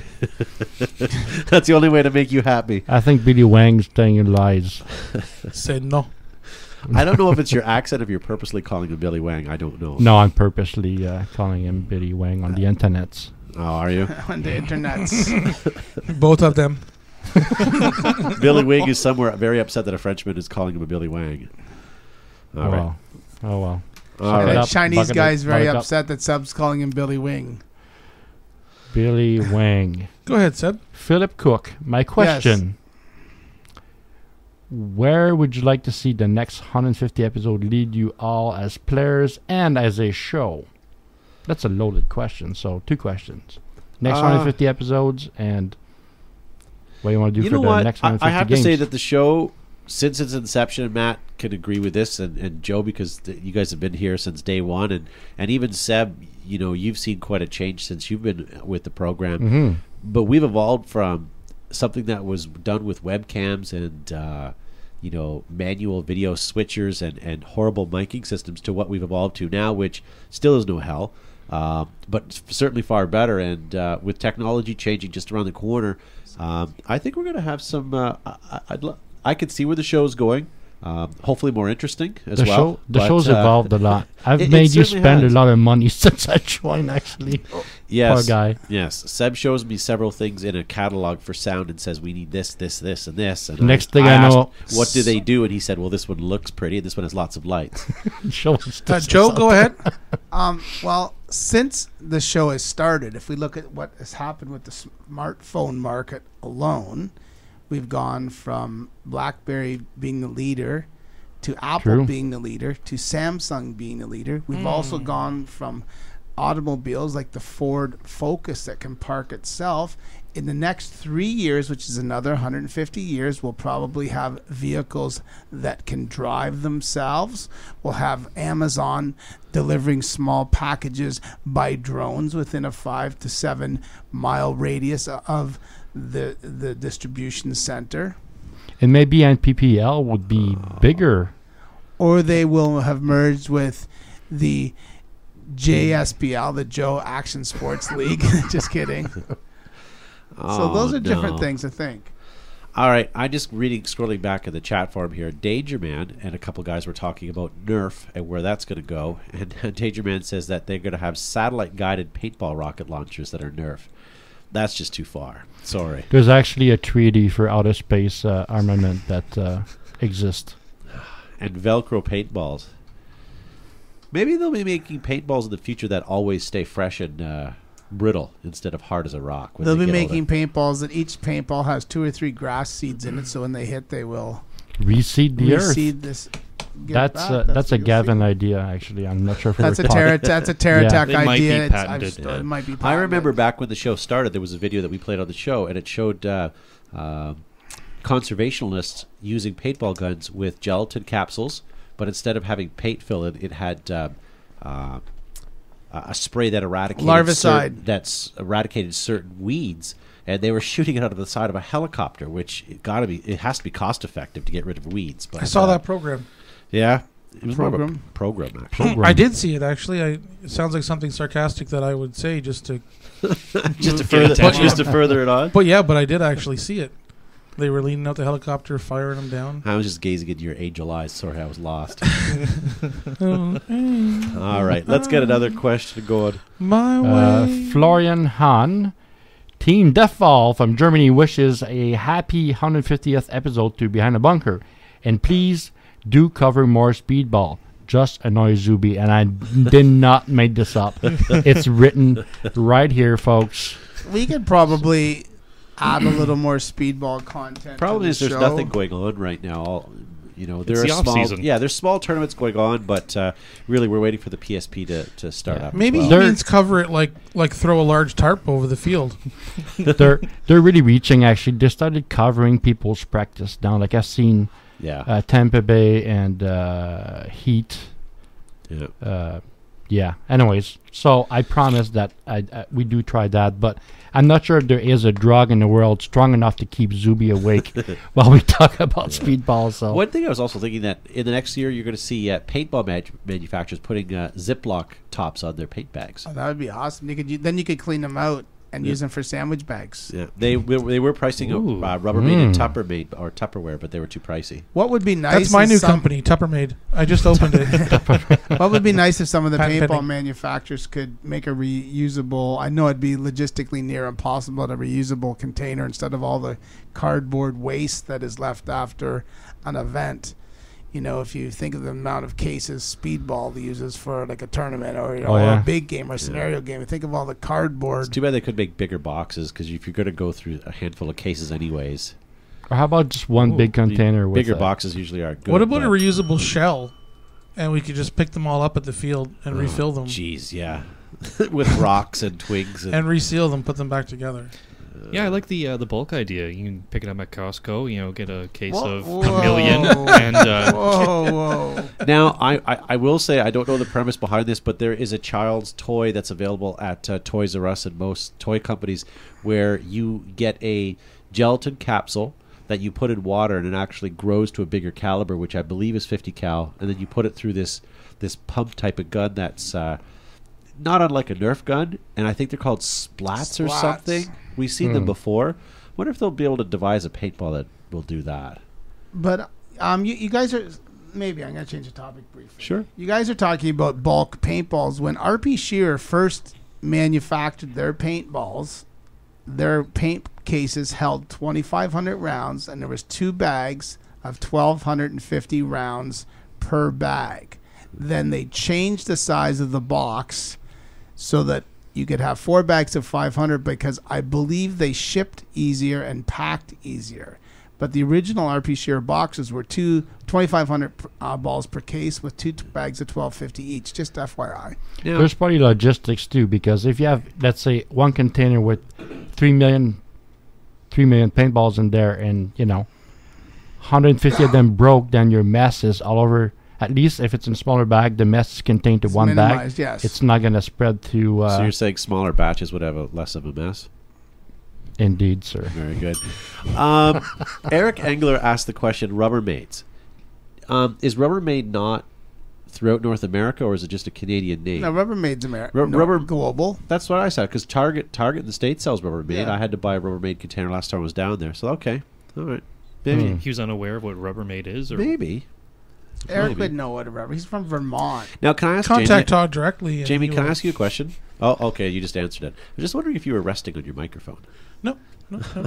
Speaker 7: That's the only way to make you happy.
Speaker 8: I think Billy Wang's telling you lies.
Speaker 9: Say no.
Speaker 7: I don't know if it's your accent, if you're purposely calling him Billy Wang. I don't know.
Speaker 8: No, I'm purposely uh, calling him Billy Wang on the internets.
Speaker 7: Oh, are you?
Speaker 10: on the internet?
Speaker 9: Both of them.
Speaker 7: Billy Wang is somewhere very upset that a Frenchman is calling him a Billy Wang. All
Speaker 8: oh,
Speaker 7: right.
Speaker 8: well. Oh, well.
Speaker 7: All
Speaker 8: Suck it
Speaker 7: right.
Speaker 8: up.
Speaker 10: Chinese
Speaker 8: buck it
Speaker 10: guy's
Speaker 8: up,
Speaker 10: very
Speaker 8: buck it up.
Speaker 10: upset that subs calling him Billy Wing.
Speaker 8: Billy Wang.
Speaker 9: Go ahead, Seb.
Speaker 8: Philip Cook, my question. Where would you like to see the next 150 episode lead you all as players and as a show? That's a loaded question. So, two questions. Next
Speaker 7: Uh,
Speaker 8: 150 episodes and what you want to do
Speaker 7: You
Speaker 8: for
Speaker 7: know
Speaker 8: the
Speaker 7: what?
Speaker 8: next
Speaker 7: I,
Speaker 8: 150
Speaker 7: I have
Speaker 8: games.
Speaker 7: to say that the show since its inception, Matt can agree with this, and, and Joe because th- you guys have been here since day one, and and even Seb, you know, you've seen quite a change since you've been with the program.
Speaker 8: Mhm.
Speaker 7: But we've evolved from something that was done with webcams and. Uh, you know, manual video switchers and, and horrible miking systems to what we've evolved to now, which still is no hell, um, but s- certainly far better. And uh, with technology changing just around the corner, um, I think we're going to have some. Uh, I, I- I'd lo- I could see where the show is going. Um, hopefully, more interesting as
Speaker 8: the
Speaker 7: well.
Speaker 8: show the
Speaker 7: but,
Speaker 8: show's
Speaker 7: uh,
Speaker 8: evolved a lot. I've
Speaker 7: it- it
Speaker 8: made you
Speaker 7: certainly
Speaker 8: spend
Speaker 7: has. Oh.
Speaker 8: a lot of money since I joined. Actually,
Speaker 7: Yes.
Speaker 8: poor guy.
Speaker 7: Yes. Seb shows me several things in a catalog for sound and says we need this, this, this, and this. And
Speaker 8: Next thing I
Speaker 7: asked,
Speaker 8: know-
Speaker 7: what do they do? And he said, "Well, this one looks pretty, and this one has lots of lights."
Speaker 8: Show
Speaker 10: Uh, Joe, go ahead. um, well, since the show has started, if we look at what has happened with the smartphone market alone, we've gone from BlackBerry being the leader to Apple
Speaker 12: True.
Speaker 10: being the leader to Samsung being the leader. We've also
Speaker 12: Mm.
Speaker 10: gone from automobiles like the Ford Focus that can park itself. In the next three years, which is another 150 years, we'll probably have vehicles that can drive themselves. We'll have Amazon delivering small packages by drones within a five to seven mile radius of the the distribution center.
Speaker 8: And maybe NPPL would be
Speaker 7: Oh.
Speaker 8: bigger.
Speaker 10: or they will have merged with the JSBL, the Joe Action Sports League. just kidding. so those
Speaker 7: Oh,
Speaker 10: are different
Speaker 7: no.
Speaker 10: things I think.
Speaker 7: All right, I just reading scrolling back in the chat forum here. Danger Man and a couple guys were talking about Nerf and where that's going to go. And Danger Man says that they're going to have satellite guided paintball rocket launchers that are Nerf. That's just too far. Sorry.
Speaker 8: There's actually a treaty for outer space uh, armament that uh, exists.
Speaker 7: And Velcro paintballs. Maybe they'll be making paintballs in the future that always stay fresh and uh, brittle instead of hard as a rock. when
Speaker 10: They'll
Speaker 7: they
Speaker 10: be
Speaker 7: get older.
Speaker 10: making paintballs that each paintball has two or three grass seeds in it, so when they hit, they will
Speaker 8: Reseed the earth.
Speaker 10: reseed Ah, this. get
Speaker 8: That's
Speaker 10: back.
Speaker 8: uh, that's, a
Speaker 10: what you'll see.
Speaker 8: Gavin idea. Actually, I'm not sure if we
Speaker 10: That's
Speaker 8: were
Speaker 10: a Terra-
Speaker 8: talking-
Speaker 10: that's a Terra Tech
Speaker 8: They might be idea. It's- I've patented.
Speaker 10: st- it might be
Speaker 7: I remember back when the show started, there was a video that we played on the show, and it showed uh, um conservationalists using paintball guns with gelatin capsules, but instead of having paint fill in, it had um uh, a spray that eradicated
Speaker 10: Larvicide.
Speaker 7: certain- that's eradicated certain weeds. And they were shooting it out of the side of a helicopter, which it gotta be it has to be cost effective to get rid of weeds. But
Speaker 9: I saw
Speaker 7: uh,
Speaker 9: that program.
Speaker 7: Yeah, it was more of
Speaker 9: Program?
Speaker 7: a program. Actually.
Speaker 9: I did see it actually. I, it sounds like something sarcastic that I would say just to
Speaker 7: Just to further-
Speaker 9: But-
Speaker 7: just to further it on?
Speaker 9: But yeah, but I did actually see it. They were leaning out the helicopter, firing them down.
Speaker 7: I was just gazing into your angel eyes. Sorry, I was lost. All
Speaker 9: All
Speaker 7: right, let's get another question going.
Speaker 9: My
Speaker 8: Uh, Florian Hahn, Team Deathfall from Germany wishes a happy 150th episode to Behind the Bunker, and please do cover more Speedball. Just annoy Zuby, and I did not make this up. it's written right here, folks.
Speaker 10: We could probably add a little more speedball content.
Speaker 7: Problem
Speaker 10: to the
Speaker 7: is, there's
Speaker 10: show.
Speaker 7: nothing going on right now. All, you know, there
Speaker 10: It's
Speaker 7: are
Speaker 10: the
Speaker 7: small,
Speaker 10: off-season.
Speaker 7: yeah, there's small tournaments going on, but uh, really, we're waiting for the PSP to, to start up. as
Speaker 9: Maybe
Speaker 7: well.
Speaker 9: he means cover it like like throw a large tarp over the field.
Speaker 8: they're they're really reaching. Actually, they started covering people's practice now. Like I've seen,
Speaker 7: Yeah.
Speaker 8: uh, Tampa Bay and uh, Heat.
Speaker 7: Yeah.
Speaker 8: Uh, yeah. Anyways, so I promise that I, I we do try that, but I'm not sure if there is a drug in the world strong enough to keep Zuby awake while we talk about speedball. So
Speaker 7: One thing I was also thinking that in the next year, you're going to see uh, paintball mag- manufacturers putting uh, Ziploc tops on their paint bags.
Speaker 10: Oh, that would be awesome. You could u- then you could clean them out and
Speaker 7: Yeah.
Speaker 10: use them for sandwich bags.
Speaker 7: Yeah, they were- they were pricing uh,
Speaker 10: Ooh.
Speaker 7: Rubbermaid and
Speaker 10: Mm.
Speaker 7: Tuppermaid or Tupperware, but they were too pricey.
Speaker 10: What would be nice?
Speaker 9: That's my
Speaker 10: is
Speaker 9: new
Speaker 10: some-
Speaker 9: company, Tuppermade. I just opened it.
Speaker 10: what would be nice if some of the
Speaker 9: Patent
Speaker 10: paintball
Speaker 9: pending.
Speaker 10: manufacturers could make a reusable? I know it'd be logistically near impossible to reusable container instead of all the cardboard waste that is left after an event. You know, if you think of the amount of cases Speedball uses for like a tournament or, you know,
Speaker 7: Oh,
Speaker 10: or
Speaker 7: yeah.
Speaker 10: a big game or a scenario game, think of all the cardboard.
Speaker 7: It's too bad they could make bigger boxes because if you're going to go through a handful of cases anyways,
Speaker 8: or how about just one big container with
Speaker 7: bigger
Speaker 8: a-
Speaker 7: boxes usually are good.
Speaker 9: what about a
Speaker 7: but-
Speaker 9: reusable shell? And we could just pick them all up at the field and
Speaker 7: Oh,
Speaker 9: refill them
Speaker 7: Jeez, yeah, with rocks and twigs and,
Speaker 9: and reseal them, put them back together.
Speaker 11: Yeah, I like the uh, the bulk idea. You can pick it up at Costco. You know, get a case
Speaker 10: Whoa-
Speaker 11: of a million, and uh,
Speaker 7: Now, I, I, I will say I don't know the premise behind this, but there is a child's toy that's available at uh, Toys R Us and most toy companies where you get a gelatin capsule that you put in water and it actually grows to a bigger caliber, which I believe is 50 cal, and then you put it through this this pump type of gun that's uh, not unlike a Nerf gun, and I think they're called splats, or
Speaker 10: Splats.
Speaker 7: something. We've seen them
Speaker 10: Hmm.
Speaker 7: before. Wonder if they'll be able to devise a paintball that will do that.
Speaker 10: But um, you, you guys are maybe I'm gonna change the topic briefly.
Speaker 7: Sure.
Speaker 10: You guys are talking about bulk paintballs. When RP Shear first manufactured their paintballs, their paint cases held 2,500 rounds, and there was two bags of 1,250 rounds per bag. Then they changed the size of the box so that you could have four bags of 500 because I believe they shipped easier and packed easier. But the original RP Shear boxes were two 2,500 pr- uh, balls per case with two t- bags of 1,250 each. Just FYI.
Speaker 8: There's probably logistics too, because if you have, let's say, one container with three million, three million paintballs in there, and you know, 150 of them broke, then your mess is all over. At least if it's in smaller bag, the mess is contained to one bag.
Speaker 7: minimized, yes.
Speaker 8: It's not going to spread to. Uh,
Speaker 7: so you're saying smaller batches would have a, less of a mess?
Speaker 8: Indeed, sir.
Speaker 7: Very good. Um, Eric Engler asked the question: Rubbermaids. Um, is Rubbermaid not throughout North America, or is it just a Canadian name?
Speaker 10: Now, Rubbermaid's America.
Speaker 7: Ru- rubber
Speaker 10: global.
Speaker 7: That's what I saw because Target, Target in the state sells Rubbermaid.
Speaker 10: Yeah.
Speaker 7: I had to buy a Rubbermaid container last time I was down there. So okay, all right, maybe
Speaker 8: Hmm.
Speaker 11: he was unaware of what Rubbermaid is, or
Speaker 7: maybe.
Speaker 10: Eric
Speaker 7: Maybe.
Speaker 10: would know what a rubber. He's from Vermont.
Speaker 7: Now, can I ask Jamie,
Speaker 9: Contact Todd directly and
Speaker 7: Jamie,
Speaker 9: he
Speaker 7: can I
Speaker 9: will-
Speaker 7: ask you a question? Oh, okay, you just answered it. I was just wondering if you were resting on your microphone.
Speaker 9: No, no, no.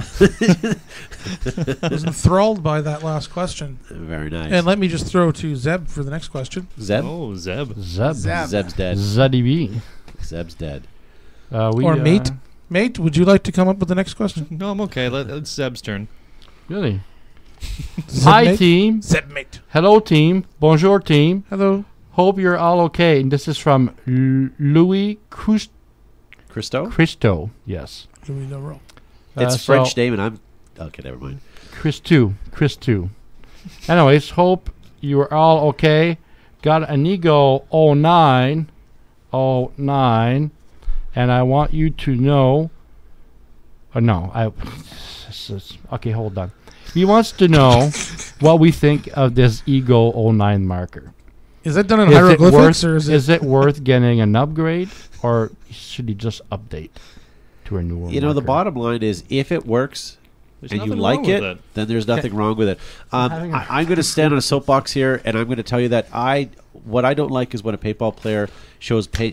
Speaker 9: I was enthralled by that last question.
Speaker 7: Very nice.
Speaker 9: And let me just throw to Zeb for the next question.
Speaker 7: Zeb?
Speaker 11: Oh, Zeb.
Speaker 8: Zeb.
Speaker 9: Zeb.
Speaker 7: Zeb's dead.
Speaker 8: Zeddy B.
Speaker 7: Zeb's dead.
Speaker 8: Uh, we,
Speaker 9: or
Speaker 8: uh,
Speaker 9: mate, mate, would you like to come up with the next question?
Speaker 11: No, I'm okay. Let, it's Zeb's turn.
Speaker 8: Really?
Speaker 9: Zeb
Speaker 8: Hi,
Speaker 9: mate?
Speaker 8: team.
Speaker 9: Zeb mate.
Speaker 8: Hello, team. Bonjour, team.
Speaker 9: Hello.
Speaker 8: Hope you're all okay. And this is from L- Louis Crus- Uh,
Speaker 7: Christo?
Speaker 8: Christo. Yes.
Speaker 9: Do we know wrong?
Speaker 7: it's
Speaker 8: Uh, so-
Speaker 7: French name, and I'm okay. Never mind.
Speaker 8: Chris 2. Chris 2. Anyways, hope you are all okay. Got an ego 09. 09. And I want you to know. Oh, no. I. this is- Okay, hold on. He wants to know what we think of this ego 09 marker.
Speaker 9: Is that done in
Speaker 8: Is it,
Speaker 9: hieroglyphics
Speaker 8: worth,
Speaker 9: or is it?
Speaker 8: is it worth getting an upgrade or should he just update to a newer
Speaker 7: You know, the
Speaker 8: marker?
Speaker 7: bottom line is if it works
Speaker 11: There's
Speaker 7: and you
Speaker 11: nothing
Speaker 7: like
Speaker 11: wrong with
Speaker 7: it,
Speaker 11: it.
Speaker 7: then there's nothing wrong with it. Um,
Speaker 8: Having
Speaker 7: I, I'm going to stand on a soapbox here, and I'm going to tell you that I what I don't like is when a paintball player shows pa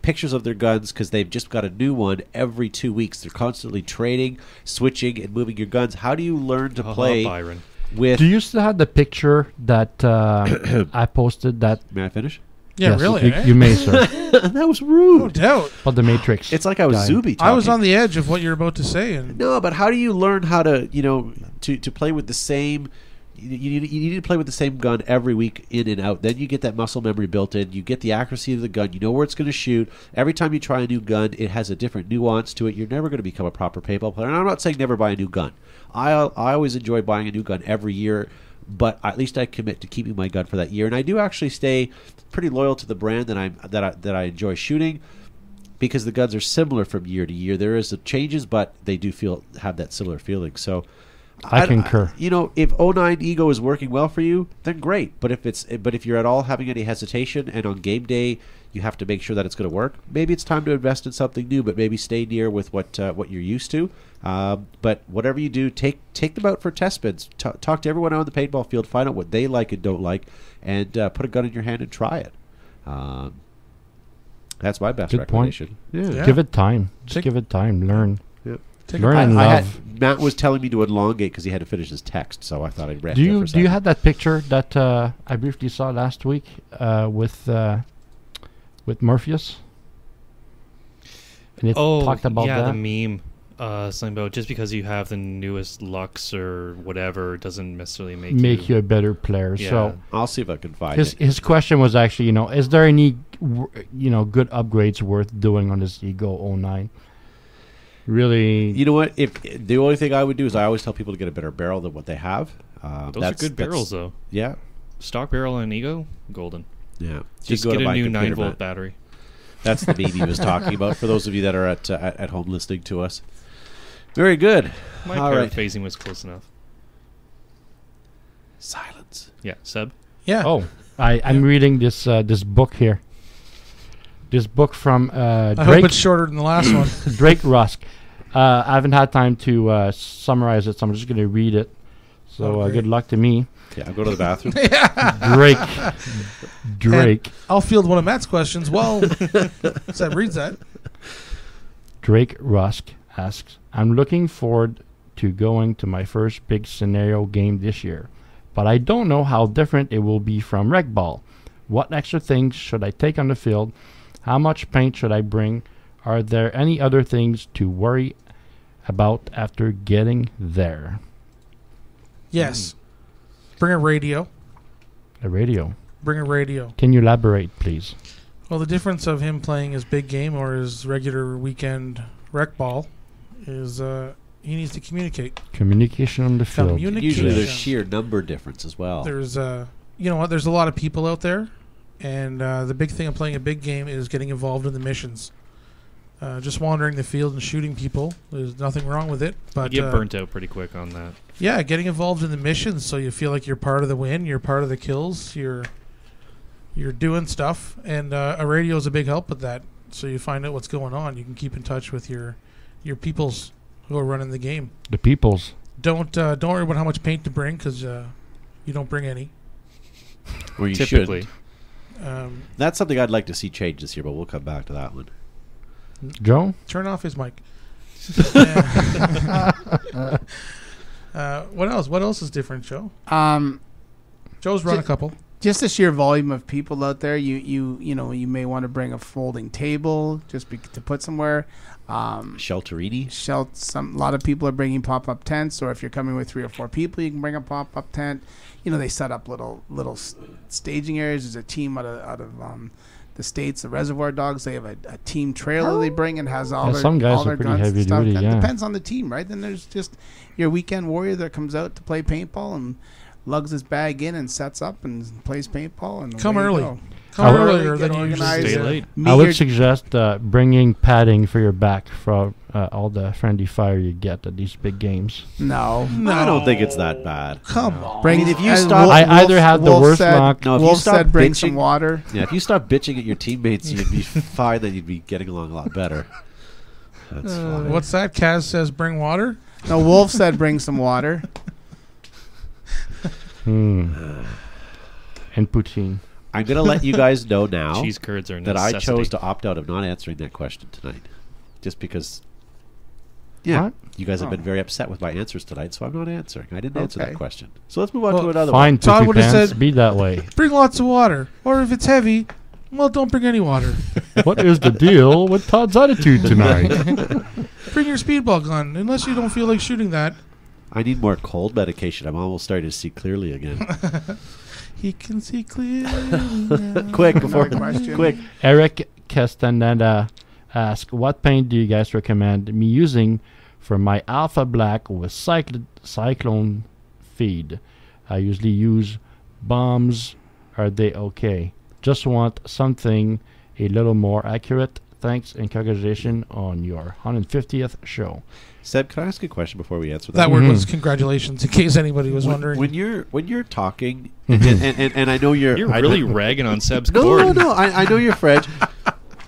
Speaker 7: pictures of their guns because they've just got a new one every two weeks. They're constantly trading, switching, and moving your guns. How do you learn to
Speaker 11: Oh,
Speaker 7: play
Speaker 11: Byron.
Speaker 7: with?
Speaker 8: Do you still have the picture that uh, I posted that
Speaker 7: May I finish?
Speaker 9: yeah,
Speaker 8: Yes,
Speaker 9: really.
Speaker 8: You,
Speaker 9: eh?
Speaker 8: you may, sir.
Speaker 7: that was
Speaker 9: no
Speaker 7: rude.
Speaker 9: doubt.
Speaker 8: But the Matrix.
Speaker 7: It's like I was
Speaker 8: Dying.
Speaker 7: Zuby. Talking.
Speaker 9: I was on the edge of what you're about to say, and
Speaker 7: No, but how do you learn how to you know to to play with the same? You, you, need- you need to play with the same gun every week in and out. Then you get that muscle memory built in. You get the accuracy of the gun. You know where it's going to shoot. Every time you try a new gun, it has a different nuance to it. You're never going to become a proper paintball player. And I'm not saying never buy a new gun. I I always enjoy buying a new gun every year, but at least I commit to keeping my gun for that year. And I do actually stay pretty loyal to the brand that I'm that I, that I enjoy shooting because the guns are similar from year to year. There is some changes, but they do feel have that similar feeling. So
Speaker 8: I concur.
Speaker 7: you know, if 09 ego is working well for you, then great. But if it's but if you're at all having any hesitation, and on game day you have to make sure that it's going to work, maybe it's time to invest in something new. But maybe stay near with what uh, what you're used to. Um, but whatever you do, take take them out for test spins. T- talk to everyone out on the paintball field. Find out what they like and don't like, and uh, put a gun in your hand and try it. Um, that's my best
Speaker 8: Good point.
Speaker 7: recommendation.
Speaker 9: Yeah.
Speaker 8: Give it time. Just
Speaker 9: Take-
Speaker 8: give it time. Learn.
Speaker 7: Yep.
Speaker 9: Take
Speaker 8: Learn
Speaker 7: I-
Speaker 8: and
Speaker 7: I
Speaker 8: love.
Speaker 7: had- Matt was telling me to elongate because he had to finish his text, so I thought I'd rant
Speaker 8: do
Speaker 7: there for
Speaker 8: you
Speaker 7: a
Speaker 8: do you
Speaker 7: second.
Speaker 8: have that picture that uh, I briefly saw last week uh, with uh, with Morpheus? And it
Speaker 11: Oh,
Speaker 8: talked about
Speaker 11: yeah,
Speaker 8: that.
Speaker 11: the meme. Uh, something about just because you have the newest Lux or whatever doesn't necessarily make
Speaker 8: Make you a better player.
Speaker 11: Yeah.
Speaker 8: So
Speaker 7: I'll see if I can find
Speaker 8: his
Speaker 7: it.
Speaker 8: his question was actually, you know, is there any w- you know good upgrades worth doing on this Ego 09? really.
Speaker 7: You know what? If the only thing I would do is I always tell people to get a better barrel than what they have. Uh,
Speaker 11: Those
Speaker 7: that's-
Speaker 11: are good
Speaker 7: that's-
Speaker 11: barrels, though.
Speaker 7: Yeah,
Speaker 11: Stock barrel and ego, golden.
Speaker 7: yeah.
Speaker 11: Just
Speaker 7: You can go
Speaker 11: get
Speaker 7: to
Speaker 11: a
Speaker 7: buy
Speaker 11: new
Speaker 7: computer
Speaker 11: 9 volt
Speaker 7: mat.
Speaker 11: battery.
Speaker 7: That's the baby was talking about. For those of you that are at uh, at, at home listening to us, very good.
Speaker 11: My
Speaker 7: All right,
Speaker 11: paraphrasing was close enough.
Speaker 7: silence.
Speaker 11: Yeah, Seb.
Speaker 9: Yeah.
Speaker 8: Oh, I, I'm reading this uh, this book here. This book from uh,
Speaker 9: I
Speaker 8: Drake
Speaker 9: hope it's shorter than the last one.
Speaker 8: Drake Rusk. Uh, I haven't had time to uh, summarize it, so I'm just going to read it. So
Speaker 9: Oh,
Speaker 8: uh,
Speaker 9: great.
Speaker 8: good luck to me,
Speaker 7: Yeah, I'll go to the bathroom.
Speaker 8: Drake. Drake.
Speaker 9: And I'll field one of Matt's questions. Well, Seb reads that.
Speaker 8: Drake Rusk asks, I'm looking forward to going to my first big scenario game this year, but I don't know how different it will be from Rec Ball. What extra things should I take on the field? How much paint should I bring? Are there any other things to worry about after getting there?
Speaker 9: Yes. Bring a radio.
Speaker 8: A radio.
Speaker 9: Bring a radio.
Speaker 8: Can you elaborate, please?
Speaker 9: Well, the difference of him playing his big game or his regular weekend rec ball is uh, he needs to communicate.
Speaker 8: Communication on the field.
Speaker 9: Communication.
Speaker 7: Usually there's sheer number difference as well.
Speaker 9: There's uh, you know what? There's a lot of people out there, and uh, the big thing of playing a big game is getting involved in the missions. Uh, just wandering the field and shooting people. There's nothing wrong with it,
Speaker 11: You
Speaker 9: but
Speaker 11: get
Speaker 9: uh,
Speaker 11: burnt out pretty quick on that.
Speaker 9: Yeah, getting involved in the missions so you feel like you're part of the win, you're part of the kills, you're you're doing stuff, and uh, a radio is a big help with that. So you find out what's going on. You can keep in touch with your your peoples who are running the game.
Speaker 8: The peoples.
Speaker 9: Don't uh, don't worry about how much paint to bring because uh, you don't bring any.
Speaker 7: Or you
Speaker 11: Typically.
Speaker 7: shouldn't.
Speaker 9: Um,
Speaker 7: That's something I'd like to see change this year, but we'll come back to that one.
Speaker 8: Joe?
Speaker 9: turn off his mic. Yeah. uh, what else? What else is different, Joe?
Speaker 10: Um,
Speaker 9: Joe's run a
Speaker 10: Ju-
Speaker 9: couple.
Speaker 10: just the sheer volume of people out there. You you you know you may want to bring a folding table just be, to put somewhere. Um,
Speaker 7: Shelterini.
Speaker 10: shelt some a lot of people are bringing pop-up tents or if you're coming with three or four people you can bring a pop-up tent you know they set up little little s- staging areas there's a team out of out of um the states the reservoir dogs they have a, a team trailer
Speaker 7: Oh.
Speaker 10: they bring and has all
Speaker 8: Yeah,
Speaker 10: their
Speaker 8: some guys
Speaker 10: all
Speaker 8: are
Speaker 10: their
Speaker 8: pretty
Speaker 10: guns and
Speaker 8: heavy
Speaker 10: stuff
Speaker 8: duty,
Speaker 10: that
Speaker 8: yeah.
Speaker 10: depends on the team right then there's just your weekend warrior that comes out to play paintball and lugs his bag in and sets up and plays paintball and
Speaker 9: Come
Speaker 10: away you
Speaker 9: early.
Speaker 10: go.
Speaker 9: Come
Speaker 8: would-
Speaker 9: earlier than
Speaker 10: Get
Speaker 9: you usually
Speaker 10: organized.
Speaker 11: Stay
Speaker 10: Guys, uh,
Speaker 11: late.
Speaker 10: Meet
Speaker 8: I would
Speaker 10: your-
Speaker 8: suggest uh, bringing padding for your back for uh, all the friendly fire you get at these big games.
Speaker 10: no
Speaker 7: I don't think it's that bad.
Speaker 9: Come on.
Speaker 10: Bring,
Speaker 7: mean, if you
Speaker 10: as
Speaker 7: stop-
Speaker 10: Wolf-
Speaker 8: I either
Speaker 10: Wolf-
Speaker 8: had the
Speaker 10: Wolf
Speaker 8: worst
Speaker 10: said-
Speaker 8: luck-
Speaker 7: No, if you
Speaker 10: Wolf
Speaker 7: stop
Speaker 10: said bring some
Speaker 7: bitching-
Speaker 10: water.
Speaker 7: Yeah, if you stop bitching at your teammates, you'd be fine. Then you'd be getting along a lot better. That's fine.
Speaker 9: What's that? Kaz says bring water.
Speaker 10: No, Wolf said bring some water.
Speaker 8: Hmm. And poutine.
Speaker 7: I'm going to let you guys know now
Speaker 11: Cheese curds are a
Speaker 7: that I
Speaker 11: necessity.
Speaker 7: chose to opt out of not answering that question tonight, just because. Yeah,
Speaker 8: What?
Speaker 7: you guys have been very upset with my answers tonight, so I'm not answering. I didn't answer that
Speaker 10: Okay.
Speaker 7: question. So let's move on to
Speaker 9: Well,
Speaker 7: another
Speaker 8: Fine,
Speaker 9: Todd
Speaker 8: poopy
Speaker 9: would've
Speaker 8: pants.
Speaker 9: said-
Speaker 8: Be that way.
Speaker 9: Bring lots of water. Or if it's heavy, well, don't bring any water.
Speaker 8: what is the deal with Todd's attitude tonight?
Speaker 9: Bring your speedball gun, unless you don't feel like shooting that.
Speaker 7: one. I need more cold medication. I'm almost starting to see clearly again.
Speaker 9: He can see clearly.
Speaker 7: quick before
Speaker 10: Another question.
Speaker 7: quick.
Speaker 8: Eric Castaneda asks, "What paint do you guys recommend me using for my Alpha Black with cycl- Cyclone feed? I usually use bombs. Are they okay? Just want something a little more accurate. Thanks and congratulations on your 150th show.
Speaker 7: Seb, can I ask a question before we answer that?
Speaker 9: that word was congratulations, in case anybody was
Speaker 7: when,
Speaker 9: wondering.
Speaker 7: when you're when you're talking, and, and, and, and I know you're
Speaker 11: You're
Speaker 7: I
Speaker 11: really
Speaker 7: know,
Speaker 11: ragging on Seb's
Speaker 7: no,
Speaker 11: cord.
Speaker 7: no, no. I, I know you're French.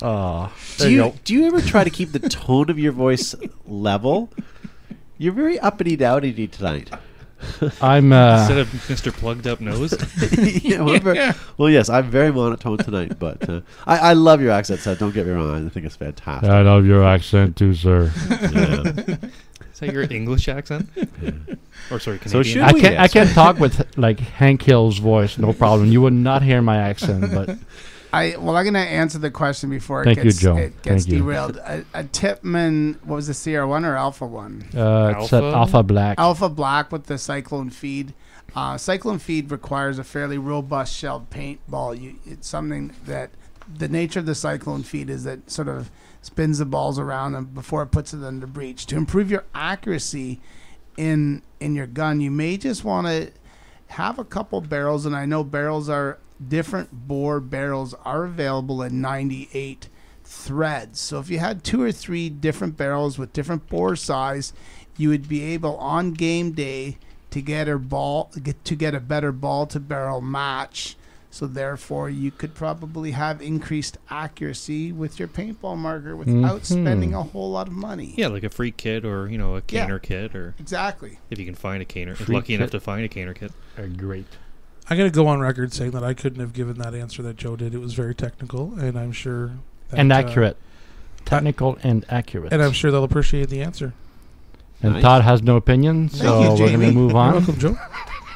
Speaker 8: Ah,
Speaker 7: do you, do you ever try to keep the tone of your voice level? You're very uppity downy tonight.
Speaker 8: I'm uh,
Speaker 11: Instead of Mr. Plugged Up Nose,
Speaker 7: yeah, well, ver- Well, yes, I'm very monotone tonight, but uh, I, I love your accent, Seb. Don't get me wrong. I think it's fantastic.
Speaker 8: I love your accent too, sir.
Speaker 7: Yeah.
Speaker 11: is that your English accent? Or sorry, Canadian.
Speaker 7: So should
Speaker 8: I
Speaker 7: we
Speaker 8: can I
Speaker 7: answer?
Speaker 8: can talk with like Hank Hill's voice, no problem. You would not hear my accent, but
Speaker 10: I well, I'm gonna answer the question before
Speaker 8: Thank
Speaker 10: it
Speaker 8: you,
Speaker 10: gets
Speaker 8: Joe.
Speaker 10: it gets
Speaker 8: Thank you.
Speaker 10: derailed. A, a Tipman, what was the CR one or Alpha one?
Speaker 8: uh, it's at
Speaker 11: Alpha?
Speaker 8: Alpha Black.
Speaker 10: Alpha Black with the Cyclone feed. Uh, cyclone feed requires a fairly robust shelled paintball. You, it's something that the nature of the Cyclone feed is that sort of spins the balls around and before it puts it under breech. To improve your accuracy in in your gun, you may just want to have a couple barrels, and I know barrels are different bore barrels are available in 98 threads. So if you had two or three different barrels with different bore size, you would be able on game day to get a ball get, to get a better ball to barrel match. So therefore, you could probably have increased accuracy with your paintball marker without
Speaker 11: Mhm.
Speaker 10: spending a whole lot of money.
Speaker 11: Yeah, like a free kit or you know a
Speaker 10: Yeah.
Speaker 11: caner kit or
Speaker 10: Exactly.
Speaker 11: if you can find a caner. If
Speaker 8: Free
Speaker 11: lucky enough to
Speaker 8: kit.
Speaker 11: find a caner kit.
Speaker 8: great.
Speaker 9: I got to go on record saying that I couldn't have given that answer that Joe did. It was very technical, and I'm sure that,
Speaker 8: and
Speaker 9: uh,
Speaker 8: accurate. Technical and accurate.
Speaker 9: and I'm sure they'll appreciate the answer.
Speaker 8: And
Speaker 9: Nice.
Speaker 8: Todd has no opinion,
Speaker 9: Thank
Speaker 8: so
Speaker 9: you,
Speaker 8: we're going
Speaker 9: Jamie.
Speaker 8: to move
Speaker 9: You're
Speaker 8: on.
Speaker 9: welcome, Joe.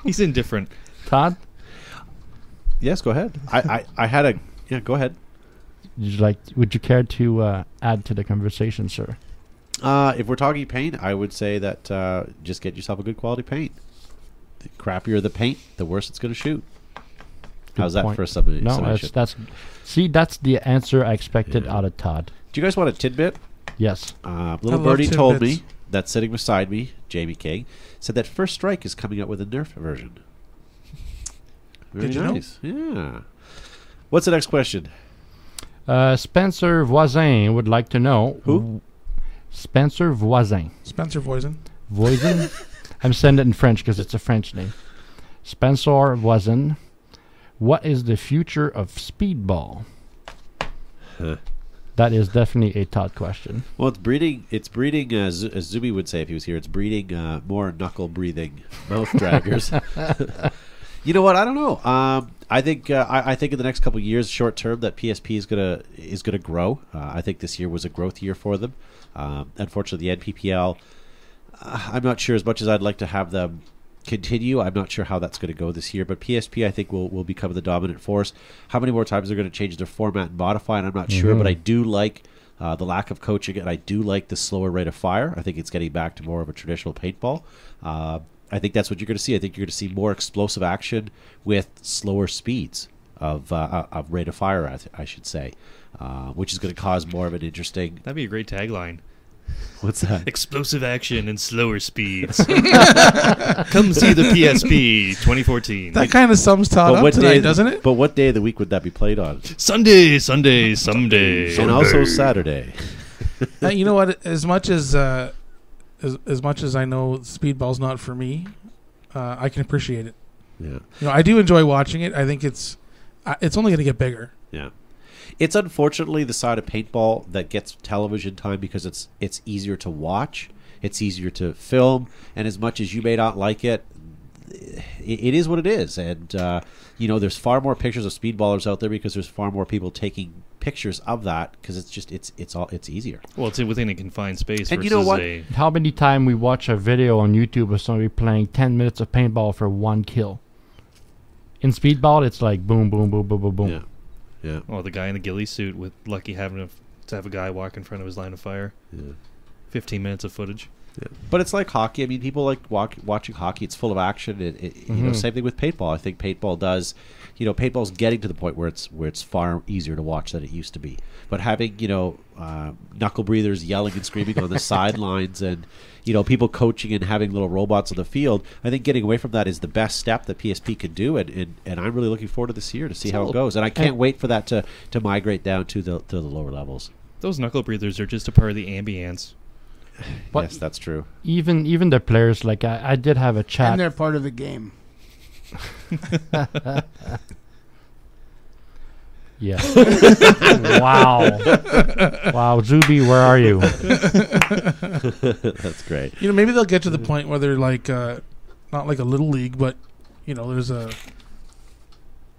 Speaker 11: He's indifferent.
Speaker 8: Todd,
Speaker 7: Yes, go ahead. I, I, I had a yeah. Go ahead.
Speaker 8: would you like? Would you care to uh, add to the conversation, sir?
Speaker 7: Uh, if we're talking paint, I would say that uh, just get yourself a good quality paint. The crappier the paint, the worse it's going to shoot. How's that
Speaker 8: Point.
Speaker 7: for a summation?
Speaker 8: No, that's, that's see, that's the answer I expected out of Todd.
Speaker 7: Do you guys want a tidbit?
Speaker 8: Yes.
Speaker 7: Uh,
Speaker 8: I
Speaker 7: little
Speaker 8: love
Speaker 7: birdie told me
Speaker 8: tidbits.
Speaker 7: that sitting beside me, Jamie King, said that First Strike is coming out with a Nerf version. Very
Speaker 8: Did you know?
Speaker 7: nice. Yeah. What's the next question?
Speaker 8: Uh, Spencer Voisin would like to know who. Spencer Voisin.
Speaker 9: Spencer Voisin.
Speaker 8: Voisin. I'm saying it in French because it's a French name. Spencer Voisin. What is the future of speedball? That is definitely a Todd question.
Speaker 7: Well, it's breeding. It's breeding, uh, Z- as Zuby would say if he was here. It's breeding uh, more knuckle breathing mouth draggers. you know what? I don't know. Um, I think uh, I, I think in the next couple of years, short term, that PSP is gonna is gonna grow. Uh, I think this year was a growth year for them. Um, unfortunately, the NPPL. Uh, I'm not sure as much as I'd like to have them continue. I'm not sure how that's going to go this year, but PSP I think will will become the dominant force. How many more times they're going to change their format and modify, and I'm not sure.
Speaker 8: Mhm.
Speaker 7: But I do like uh, the lack of coaching, and I do like the slower rate of fire. I think it's getting back to more of a traditional paintball. Uh, I think that's what you're going to see. I think you're going to see more explosive action with slower speeds of uh, of rate of fire. I, th- I should say, uh, which is going to cause more of an interesting.
Speaker 11: That'd be a great tagline.
Speaker 7: What's that?
Speaker 11: Explosive action and slower speeds. Come see the PSP 2014.
Speaker 9: That kind of sums Todd
Speaker 7: But
Speaker 9: up
Speaker 7: what
Speaker 9: tonight,
Speaker 7: day-
Speaker 9: doesn't it?
Speaker 7: But what day of the week would that be played on?
Speaker 11: Sunday, Sunday, someday.
Speaker 7: And also Saturday.
Speaker 9: Uh, you know what? As much as, uh, as as much as I know, speedball's not for me. Uh, I can appreciate it.
Speaker 7: Yeah.
Speaker 9: You know, I do enjoy watching it. I think it's uh, it's only going to get bigger.
Speaker 7: Yeah. It's unfortunately the side of paintball that gets television time because it's it's easier to watch, it's easier to film, and as much as you may not like it, it, it is what it is. And uh, you know, there's far more pictures of speedballers out there because there's far more people taking pictures of that because it's just it's it's all it's easier.
Speaker 11: Well, it's within a confined space.
Speaker 7: And you know
Speaker 11: versus
Speaker 7: what?
Speaker 11: a-
Speaker 8: How many time we watch a video on YouTube of somebody playing 10 minutes of paintball for one kill? In speedball, it's like boom, boom, boom, boom, boom, boom.
Speaker 7: Yeah. Yeah.
Speaker 11: Oh, the guy in the ghillie suit with Lucky having to, to have a guy walk in front of his line of fire.
Speaker 7: Yeah.
Speaker 11: 15 minutes of footage.
Speaker 7: But it's like hockey. I mean, people like walk, watching hockey. It's full of action. It, it, You know,
Speaker 8: Mhm.
Speaker 7: same thing with paintball. I think paintball does. You know, paintball's getting to the point where it's where it's far easier to watch than it used to be. But having you know uh, knuckle breathers yelling and screaming on the sidelines, and you know people coaching and having little robots on the field, I think getting away from that is the best step that PSP can do. And, and, and I'm really looking forward to this year to see how it goes. And I can't wait for that to, to migrate down to the to the lower levels.
Speaker 11: Those knuckle breathers are just a part of the ambience.
Speaker 8: But-
Speaker 7: yes, that's true.
Speaker 8: Even even the players, like I, I did have a chat.
Speaker 10: And they're part of the game.
Speaker 8: Yeah. wow. Wow, Zuby, where are you?
Speaker 7: That's great.
Speaker 9: You know, maybe they'll get to the point where they're like, uh, not like a little league, but you know, there's a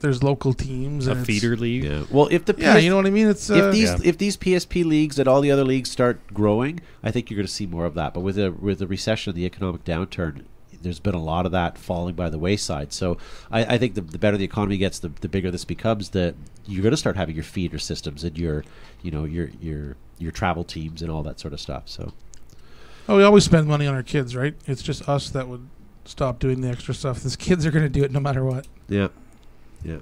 Speaker 9: there's local teams and
Speaker 11: a
Speaker 9: it's-
Speaker 11: feeder league.
Speaker 7: Yeah. Well, if the
Speaker 9: Yeah, you know what I mean? It's, uh,
Speaker 7: if these
Speaker 11: Yeah.
Speaker 7: if these PSP leagues and all the other leagues start growing, I think you're going to see more of that. But with the with the recession, the economic downturn, there's been a lot of that falling by the wayside. So I, I think the, the better the economy gets, the, the bigger this becomes. That you're going to start having your feeder systems and your you know your your your travel teams and all that sort of stuff. So
Speaker 9: Oh, we always spend money on our kids, right? It's just us that would stop doing the extra stuff. These kids are going to do it no matter what.
Speaker 7: yeah, yeah.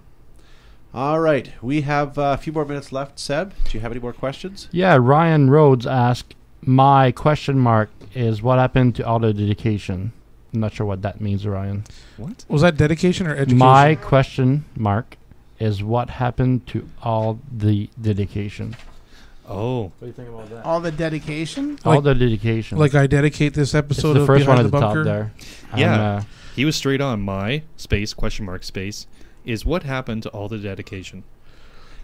Speaker 7: All right, we have uh, a few more minutes left. Seb, do you have any more questions?
Speaker 8: Yeah, Ryan Rhodes asked, "My question mark is what happened to auto dedication?" I'm not sure what that means, Ryan.
Speaker 11: What
Speaker 9: Was that dedication or education?
Speaker 8: My question mark is what happened to all the dedication?
Speaker 11: Oh,
Speaker 10: What do you think about that? All the dedication?
Speaker 8: all the dedication.
Speaker 9: like I dedicate this episode
Speaker 8: it's the
Speaker 9: of
Speaker 8: first one
Speaker 9: Behind the
Speaker 8: at the, top
Speaker 9: Bunker.
Speaker 8: there. And,
Speaker 11: Yeah,
Speaker 8: uh,
Speaker 11: he was straight on. My space question mark space is what happened to all the dedication.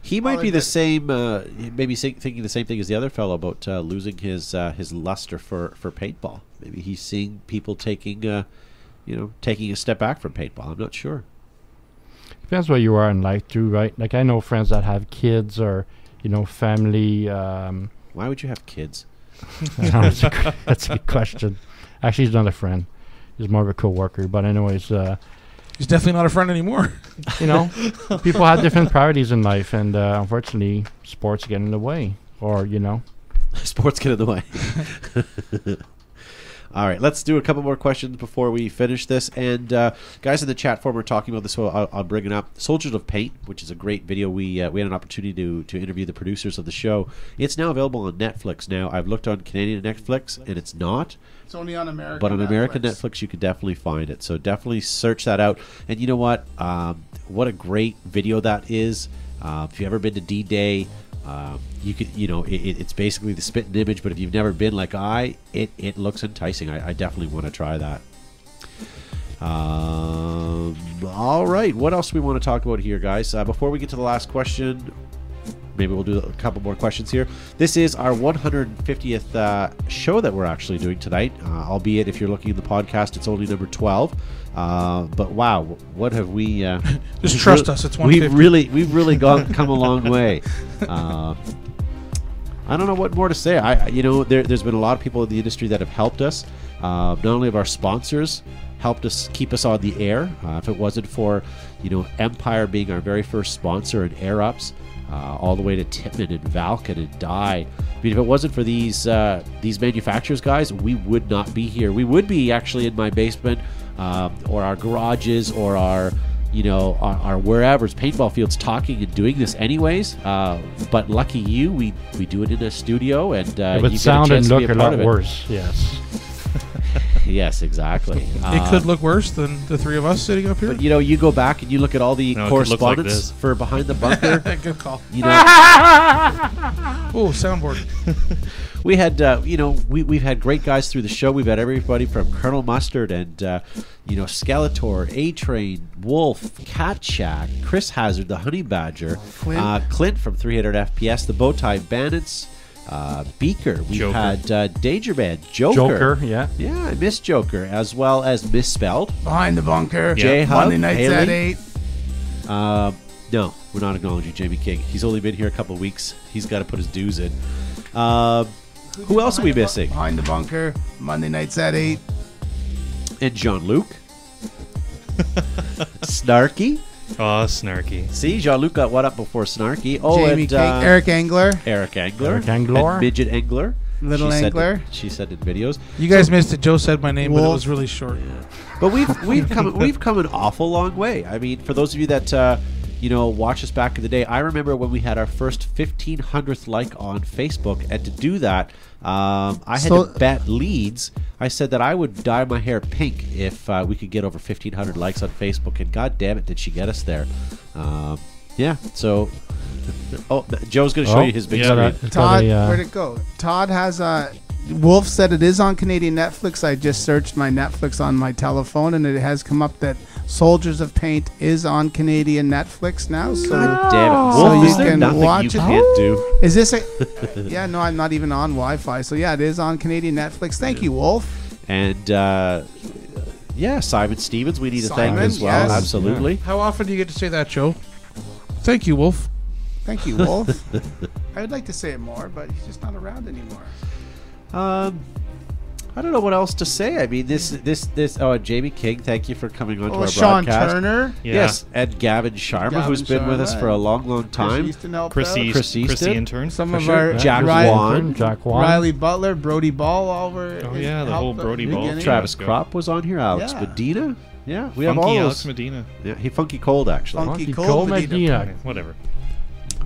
Speaker 7: He might be the same, uh, maybe think- thinking the same thing as the other fellow about uh, losing his uh, his luster for, for paintball. Maybe he's seeing people taking, uh, you know, taking a step back from paintball. I'm not sure.
Speaker 8: depends where you are in life too, right? Like I know friends that have kids or you know family. Um,
Speaker 7: Why would you have kids?
Speaker 8: I don't know, that's, a, gr- that's a good question. Actually, he's not a friend. He's more of a coworker. But anyways, uh,
Speaker 9: He's definitely not a friend anymore.
Speaker 8: you know, people have different priorities in life, and uh, unfortunately, sports get in the way. Or you know,
Speaker 7: Sports get in the way. All right, let's do a couple more questions before we finish this. And uh, guys in the chat forum were talking about this, so I'll, I'll bring it up. Soldiers of Paint, which is a great video. We uh, we had an opportunity to to interview the producers of the show. It's now available on Netflix. Now I've looked on Canadian Netflix, and it's not.
Speaker 10: It's only on American.
Speaker 7: But on American Netflix, you can definitely find it. So definitely search that out. And you know what? Um, what a great video that is. Uh, if you've ever been to D Day, um, you could you know it, it- it's basically the spit and image. But if you've never been like I, it it looks enticing. I, I definitely want to try that. Um, all right, what else we want to talk about here, guys? Uh, before we get to the last question, maybe we'll do a couple more questions here. This is our 150th uh, show that we're actually doing tonight, uh, albeit if you're looking at the podcast, it's only number 12. Uh, but wow, what have we? Uh,
Speaker 9: Just
Speaker 7: we've
Speaker 9: trust us, it's 150.
Speaker 7: We've really, we've really gone come a long way. Uh, I don't know what more to say. I, I- you know, there, there's been a lot of people in the industry that have helped us. Uh, not only have our sponsors helped us keep us on the air. Uh, if it wasn't for, you know, Empire being our very first sponsor and Air Ups, uh, all the way to Tippmann and Valken and Die. I mean, if it wasn't for these uh, these manufacturers, guys, we would not be here. We would be actually in my basement, um, or our garages, or our you know, our, our wherever's paintball fields talking and doing this anyways. Uh, but lucky you, we, we do it in a studio and uh,
Speaker 8: it
Speaker 7: you
Speaker 8: would
Speaker 7: get a
Speaker 8: sound
Speaker 7: chance
Speaker 8: and
Speaker 7: to be a
Speaker 8: look a
Speaker 7: part
Speaker 8: lot
Speaker 7: of it.
Speaker 8: worse. Yes.
Speaker 7: Yes, exactly. Uh,
Speaker 9: it
Speaker 8: Uh.
Speaker 9: could look worse than the three of us sitting up here.
Speaker 7: But you know, you go back and you look at all the
Speaker 11: No, it could look like this.
Speaker 7: correspondence for behind the bunker.
Speaker 9: Good call.
Speaker 7: you know,
Speaker 9: Oh, soundboard.
Speaker 7: we had uh, you know we we've had great guys through the show. We've had everybody from Colonel Mustard and uh, you know Skeletor, A Train, Wolf, Cat Shack, Chris Hazard, the Honey Badger,
Speaker 10: Clint.
Speaker 7: Uh, Clint from 300 FPS, the Bowtie Bandits, uh, Beaker. We
Speaker 11: Joker.
Speaker 7: had uh, Danger Man, Joker.
Speaker 8: Joker, yeah.
Speaker 7: Yeah, I miss Joker as well as misspelled.
Speaker 10: Behind the bunker.
Speaker 7: J-Hub,
Speaker 10: Monday nights at
Speaker 7: Haley.
Speaker 10: 8.
Speaker 7: Uh, no, we're not acknowledging Jamie King. He's only been here a couple weeks. He's got to put his dues in. Uh, who else are we missing?
Speaker 10: Behind the bunker. Monday nights at 8.
Speaker 7: And Jean Luc. Snarky.
Speaker 11: Oh, snarky.
Speaker 7: See, Jean Luc got one up before Snarky. Oh,
Speaker 10: Jamie
Speaker 7: and
Speaker 10: King.
Speaker 7: uh,
Speaker 10: Eric Angler.
Speaker 7: Eric Angler.
Speaker 8: Eric Angler.
Speaker 7: And Midget Angler.
Speaker 10: Little
Speaker 7: she
Speaker 10: Angler.
Speaker 7: Said, she said in videos.
Speaker 9: You guys missed it. Joe said my name, but it
Speaker 10: Wolf.
Speaker 9: was really short.
Speaker 7: But we've we've come we've come an awful long way. I mean, for those of you that uh, you know watch us back in the day, I remember when we had our first fifteen hundredth like on Facebook, and to do that, um, I had
Speaker 10: So-
Speaker 7: to bet leads. I said that I would dye my hair pink if uh, we could get over fifteen hundred likes on Facebook, and god damn it, did she get us there? Um, yeah. So, oh, Joe's going to show
Speaker 8: Oh,
Speaker 7: you his big
Speaker 11: yeah,
Speaker 7: screen.
Speaker 11: right.
Speaker 10: Todd,
Speaker 8: Probably, uh,
Speaker 10: where'd it go? Todd has a. Wolf said it is on Canadian Netflix. I just searched my Netflix on my telephone, and it has come up that Soldiers of Paint is on Canadian Netflix now. So
Speaker 7: God damn it!
Speaker 10: So
Speaker 7: Wolf,
Speaker 10: you
Speaker 7: is there
Speaker 10: can
Speaker 7: nothing
Speaker 10: watch
Speaker 7: you
Speaker 10: it-
Speaker 7: can't do?
Speaker 10: Is this a? yeah, no, I'm not even on Wi-Fi. So yeah, it is on Canadian Netflix. Thank you, Wolf.
Speaker 7: And uh, yeah, Simon Stevens, we need to thank
Speaker 10: Simon,
Speaker 7: as well.
Speaker 10: yes.
Speaker 7: Absolutely.
Speaker 9: How often do you get to say that, Joe? Thank you, Wolf.
Speaker 10: Thank you, Wolf. I would like to say it more, but he's just not around anymore.
Speaker 7: Um, I don't know what else to say. I mean, this, this, this. Oh, and Jamie King, thank you for coming on to
Speaker 10: Oh,
Speaker 7: our
Speaker 10: Sean
Speaker 7: broadcast.
Speaker 10: Turner.
Speaker 11: Yeah.
Speaker 7: Yes, and Gavin Sharma,
Speaker 10: Gavin
Speaker 7: who's been with us
Speaker 10: Sharma
Speaker 7: for a
Speaker 10: and
Speaker 7: long, long time.
Speaker 10: Chris Easton helped
Speaker 11: Chris,
Speaker 10: out.
Speaker 11: East,
Speaker 7: Chris
Speaker 11: Chris
Speaker 7: Easton?
Speaker 11: the intern.
Speaker 10: Some
Speaker 7: for
Speaker 10: of
Speaker 7: sure.
Speaker 10: our
Speaker 7: Jack
Speaker 10: Riley,
Speaker 7: Wan.
Speaker 8: Jack Wan.
Speaker 10: Riley Butler, Brody Ball, all were.
Speaker 11: Oh, yeah, the
Speaker 10: helped
Speaker 11: whole
Speaker 10: at
Speaker 11: Brody
Speaker 10: the
Speaker 11: Ball
Speaker 10: beginning.
Speaker 11: team.
Speaker 7: Travis Kropp was on here. Alex
Speaker 10: Yeah.
Speaker 7: Medina. Yeah, we have all
Speaker 11: Funky
Speaker 7: those.
Speaker 11: Alex Medina.
Speaker 7: Yeah, he funky cold actually.
Speaker 11: Funky Funky Cold Cold Medina. Medina. Whatever.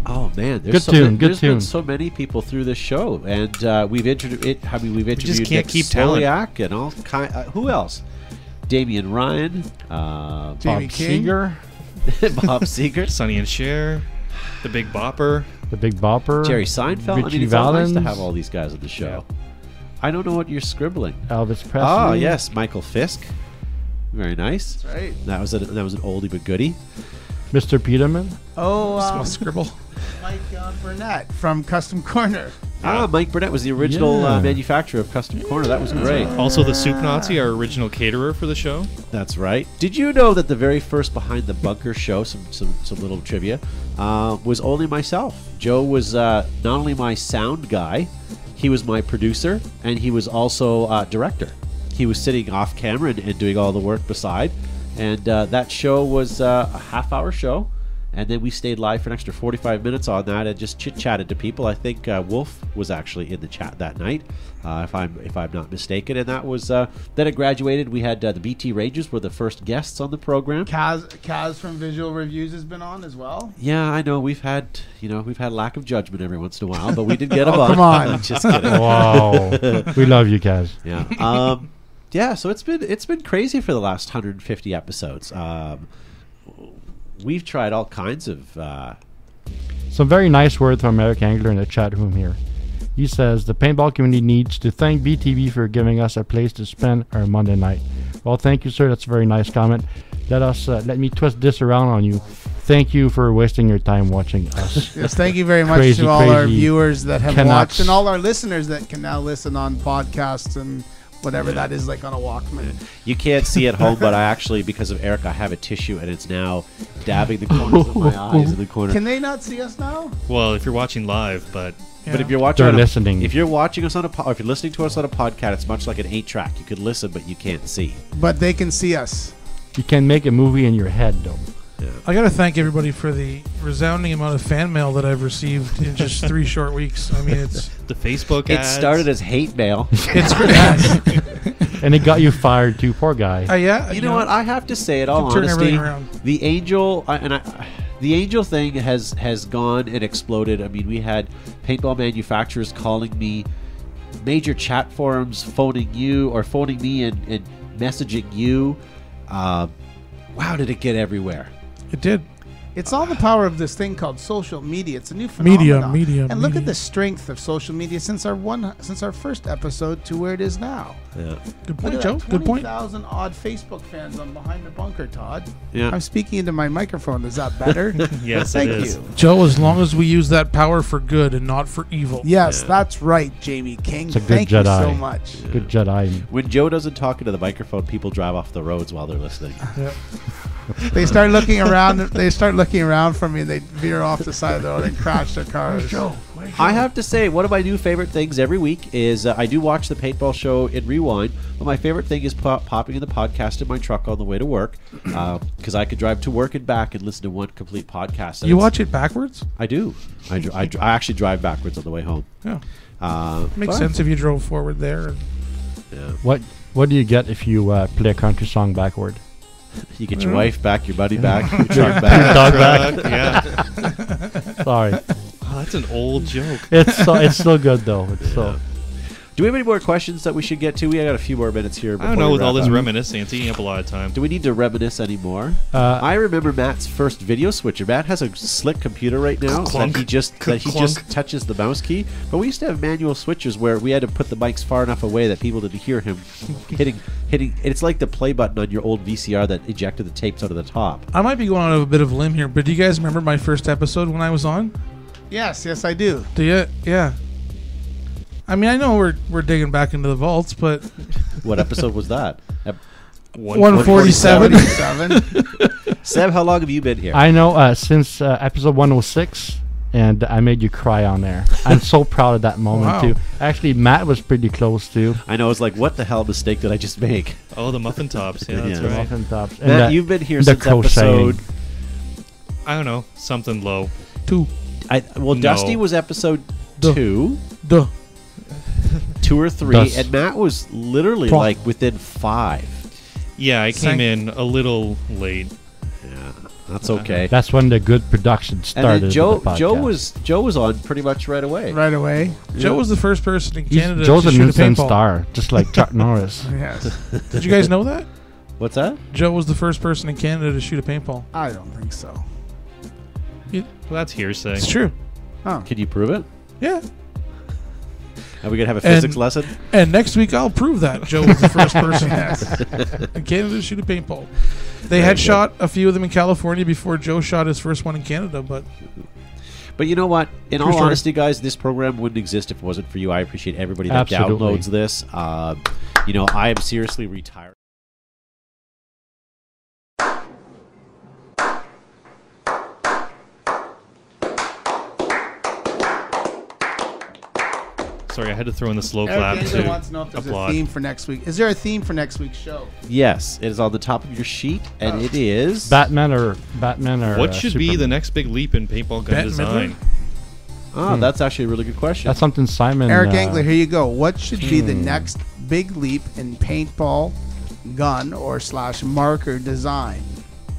Speaker 7: Oh man, there's
Speaker 11: Good
Speaker 7: so many-
Speaker 11: tune, good
Speaker 7: there's been
Speaker 11: tune.
Speaker 7: so many people through this show, and uh, we've interviewed. It, I mean, we've
Speaker 11: just
Speaker 7: interviewed
Speaker 11: can't
Speaker 7: Nick
Speaker 11: keep talent.
Speaker 7: Soliak and all kind. Uh, who else? Damian Ryan, uh,
Speaker 11: Jamie
Speaker 7: Bob
Speaker 11: King.
Speaker 7: Seger, Bob Seger,
Speaker 11: Sonny and Cher, the Big Bopper,
Speaker 8: the Big Bopper,
Speaker 7: Jerry Seinfeld. I mean,
Speaker 8: Richie
Speaker 7: it's all nice to
Speaker 8: Valens.
Speaker 7: have all these guys on the show. I don't know what you're scribbling.
Speaker 8: Elvis Presley.
Speaker 7: Ah, yes, Michael Fisk. Very nice.
Speaker 10: That's right.
Speaker 7: That was a, that was an oldie but goodie.
Speaker 8: Mr. Peterman.
Speaker 10: Oh, um,
Speaker 9: Small scribble.
Speaker 10: Mike uh, Burnett from Custom Corner.
Speaker 7: Ah, Mike Burnett was the original
Speaker 11: Yeah.
Speaker 7: uh, manufacturer of Custom Corner. That was great.
Speaker 11: Also, the Soup Nazi, our original caterer for the show.
Speaker 7: That's right. Did you know that the very first Behind the Bunker show, some some, some little trivia, uh, was only myself? Joe was uh, not only my sound guy, he was my producer, and he was also uh, director. He was sitting off camera and, and doing all the work beside. And uh, that show was uh, a half hour show. And then we stayed live for an extra 45 minutes on that and just chit chatted to people. I think uh, Wolf was actually in the chat that night, uh, if I'm if I'm not mistaken. And that was uh, then it graduated. We had uh, the BT Rages were the first guests on the program.
Speaker 10: Kaz, Kaz from Visual Reviews has been on as well.
Speaker 7: Yeah, I know we've had you know we've had lack of judgment every once in a while, but we did get them
Speaker 10: Oh,
Speaker 7: on.
Speaker 10: come on.
Speaker 7: just kidding.
Speaker 8: Wow. we love you guys.
Speaker 7: Yeah. Um, yeah. So it's been it's been crazy for the last 150 episodes. Um, we've tried all kinds of. Uh,
Speaker 8: Some very nice words from Eric Angler in the chat room here. He says the paintball community needs to thank BTV for giving us a place to spend our Monday night. Well, thank you, sir. That's a very nice comment. Let us uh, let me twist this around on you. Thank you for wasting your time watching us.
Speaker 10: Yes, thank you very much
Speaker 8: Crazy,
Speaker 10: to all our
Speaker 8: crazy
Speaker 10: viewers that have
Speaker 8: Canucks.
Speaker 10: watched and all our listeners that can now listen on podcasts and whatever that is, like on a Walkman.
Speaker 7: You can't see at home, but I actually, because of Eric, I have a tissue and it's now dabbing the corners of my eyes in the corner.
Speaker 10: Can they not see us now?
Speaker 11: Well, if you're watching live, but
Speaker 7: But if you're watching,
Speaker 8: They're
Speaker 7: on a-
Speaker 8: listening.
Speaker 7: If you're watching us on a, po- or if you're listening to us on a podcast, it's much like an eight-track. You could listen, but you can't see.
Speaker 10: But they can see us.
Speaker 8: you can make a movie in your head, though.
Speaker 9: I got to thank everybody for the resounding amount of fan mail that I've received in just three short weeks. I mean, it's
Speaker 11: the Facebook
Speaker 7: It
Speaker 11: ads.
Speaker 7: started as hate mail.
Speaker 9: it's yes.
Speaker 8: And it got you fired, too. Poor guy.
Speaker 9: Uh, yeah,
Speaker 7: you know what? I have to say, in all
Speaker 9: Can turn
Speaker 7: honesty,
Speaker 9: everything around.
Speaker 7: the angel I- and I, the angel thing has has gone and exploded. I mean, we had paintball manufacturers calling me, major chat forums phoning you or phoning me and, and messaging you. Um, wow, did it get everywhere?
Speaker 9: It did.
Speaker 10: It's all the power of this thing called social media. It's a new
Speaker 9: Media,
Speaker 10: phenomenon.
Speaker 9: media,
Speaker 10: And look
Speaker 9: media.
Speaker 10: at the strength of social media since our one since our first episode to where it is now.
Speaker 7: Yeah.
Speaker 9: Good
Speaker 10: Look
Speaker 9: point,
Speaker 10: at
Speaker 9: Joe.
Speaker 10: that,
Speaker 9: Good point.
Speaker 10: 20,000 odd Facebook fans on Behind the Bunker, Todd.
Speaker 7: Yeah.
Speaker 10: I'm speaking into my microphone. Is that better?
Speaker 11: Yes,
Speaker 10: Thank
Speaker 11: it is.
Speaker 10: you.
Speaker 9: Joe, as long as we use that power for good and not for evil.
Speaker 10: Yes, that's right, Jamie King.
Speaker 8: It's a good
Speaker 10: Thank you
Speaker 8: Jedi.
Speaker 10: so much.
Speaker 8: Good Jedi.
Speaker 7: When Joe doesn't talk into the microphone, people drive off the roads while they're listening.
Speaker 10: They start looking around. They start looking around for me. and They veer off the side of the road and crash their cars.
Speaker 7: I have to say, one of my new favorite things every week is uh, I do watch the paintball show in rewind, but my favorite thing is pop- popping in the podcast in my truck on the way to work because I could drive to work and back and listen to one complete podcast. And it's-
Speaker 9: You watch it backwards?
Speaker 7: I do. I, dr- I, dr- I actually drive backwards on the way home.
Speaker 9: Yeah.
Speaker 7: Uh,
Speaker 9: Makes
Speaker 7: but-
Speaker 9: sense if you drove forward there.
Speaker 8: What What do you get if you uh, play a country song backward?
Speaker 7: You get
Speaker 11: Mm-hmm.
Speaker 7: your wife back, your buddy back, your truck back.
Speaker 8: Dog back.
Speaker 11: Fuck, yeah.
Speaker 8: Sorry,
Speaker 11: Oh, that's an old joke.
Speaker 8: it's so it's so good though. It's so.
Speaker 7: Do we have any more questions that we should get to? We got a few more minutes here.
Speaker 11: I don't
Speaker 7: before
Speaker 11: know.
Speaker 7: we
Speaker 11: With all
Speaker 7: wrap
Speaker 11: this
Speaker 7: up.
Speaker 11: reminiscing, it's eating up a lot of time.
Speaker 7: Do we need to reminisce anymore?
Speaker 8: Uh,
Speaker 7: I remember Matt's first video switcher. Matt has a slick computer right now
Speaker 11: Clunk.
Speaker 7: that he just that he just
Speaker 11: Clunk.
Speaker 7: touches the mouse key. But we used to have manual switchers where we had to put the mics far enough away that people didn't hear him hitting hitting. It's like the play button on your old VCR that ejected the tapes out of the top.
Speaker 9: I might be going out of a bit of a limb here, but do you guys remember my first episode when I was on?
Speaker 10: Yes, yes, I do.
Speaker 9: Do you? Yeah. I mean, I know we're we're digging back into the vaults, but
Speaker 7: What episode was that? Ep-
Speaker 9: one forty seven.
Speaker 10: Seventy-seven.
Speaker 7: Seb, how long have you been here?
Speaker 8: I know uh, since uh, episode 106, and I made you cry on there. I'm so proud of that moment
Speaker 9: Wow.
Speaker 8: too. Actually, Matt was pretty close too.
Speaker 7: I know. I was like, what the hell mistake did I just make?
Speaker 11: Oh, the muffin tops. Yeah, that's
Speaker 7: Yeah.
Speaker 11: right.
Speaker 8: Muffin tops. And
Speaker 7: Matt,
Speaker 8: that-
Speaker 7: you've been here
Speaker 8: the
Speaker 7: since
Speaker 8: crocheting.
Speaker 7: episode.
Speaker 11: I don't know. Something low.
Speaker 9: Two.
Speaker 7: I, well,
Speaker 11: No.
Speaker 7: Dusty was episode
Speaker 9: Duh.
Speaker 7: two.
Speaker 9: Duh.
Speaker 7: two or three,
Speaker 8: Thus-
Speaker 7: and Matt was literally
Speaker 9: Pro-
Speaker 7: like within five.
Speaker 11: Yeah, I came
Speaker 8: Sank-
Speaker 11: in a little late.
Speaker 7: Yeah, that's okay.
Speaker 8: That's when the good production started.
Speaker 7: And
Speaker 8: of
Speaker 7: then
Speaker 8: the
Speaker 7: Joe,
Speaker 8: podcast.
Speaker 7: Joe was Joe was on pretty much right away.
Speaker 10: Right away.
Speaker 9: Joe was the first person in
Speaker 8: He's-
Speaker 9: Canada
Speaker 8: Joe's
Speaker 9: to
Speaker 8: a
Speaker 9: shoot a
Speaker 8: Nissan
Speaker 9: paintball.
Speaker 8: star, just like Chuck Norris.
Speaker 10: Yes.
Speaker 9: Did you guys know that?
Speaker 7: What's that?
Speaker 9: Joe was the first person in Canada to shoot a paintball.
Speaker 10: I don't think so.
Speaker 11: Well, that's hearsay.
Speaker 9: It's true.
Speaker 7: Can you prove it?
Speaker 9: Yeah.
Speaker 7: Are we gonna have a
Speaker 9: And-
Speaker 7: physics lesson?
Speaker 9: And next week I'll prove that Joe was the first person in Canada to shoot a paintball. They
Speaker 7: Very
Speaker 9: had
Speaker 7: good.
Speaker 9: shot a few of them in California before Joe shot his first one in Canada, but
Speaker 7: But you know what? In
Speaker 9: True
Speaker 7: all
Speaker 9: story.
Speaker 7: honesty, guys, this program wouldn't exist if it wasn't for you. I appreciate everybody that
Speaker 8: Absolutely.
Speaker 7: downloads this. Uh, you know, I am seriously retired.
Speaker 11: Sorry, I had to throw in the slow
Speaker 10: Eric
Speaker 11: clap
Speaker 10: Engel wants to know
Speaker 11: to
Speaker 10: if there's a
Speaker 11: applaud.
Speaker 10: theme for next week. Is there a theme for next week's show?
Speaker 7: Yes, it is on the top of your sheet, and it is.
Speaker 8: Batman or Batman or
Speaker 11: What
Speaker 8: uh,
Speaker 11: should be the
Speaker 8: Superman.
Speaker 11: next big leap in paintball gun
Speaker 9: Bat
Speaker 11: design?
Speaker 7: Ah, that's actually a really good question.
Speaker 8: Hmm. That's something Simon.
Speaker 10: Eric
Speaker 8: uh,
Speaker 10: Angler, here you go. What should be
Speaker 9: Hmm.
Speaker 10: the next big leap in paintball gun or slash marker design?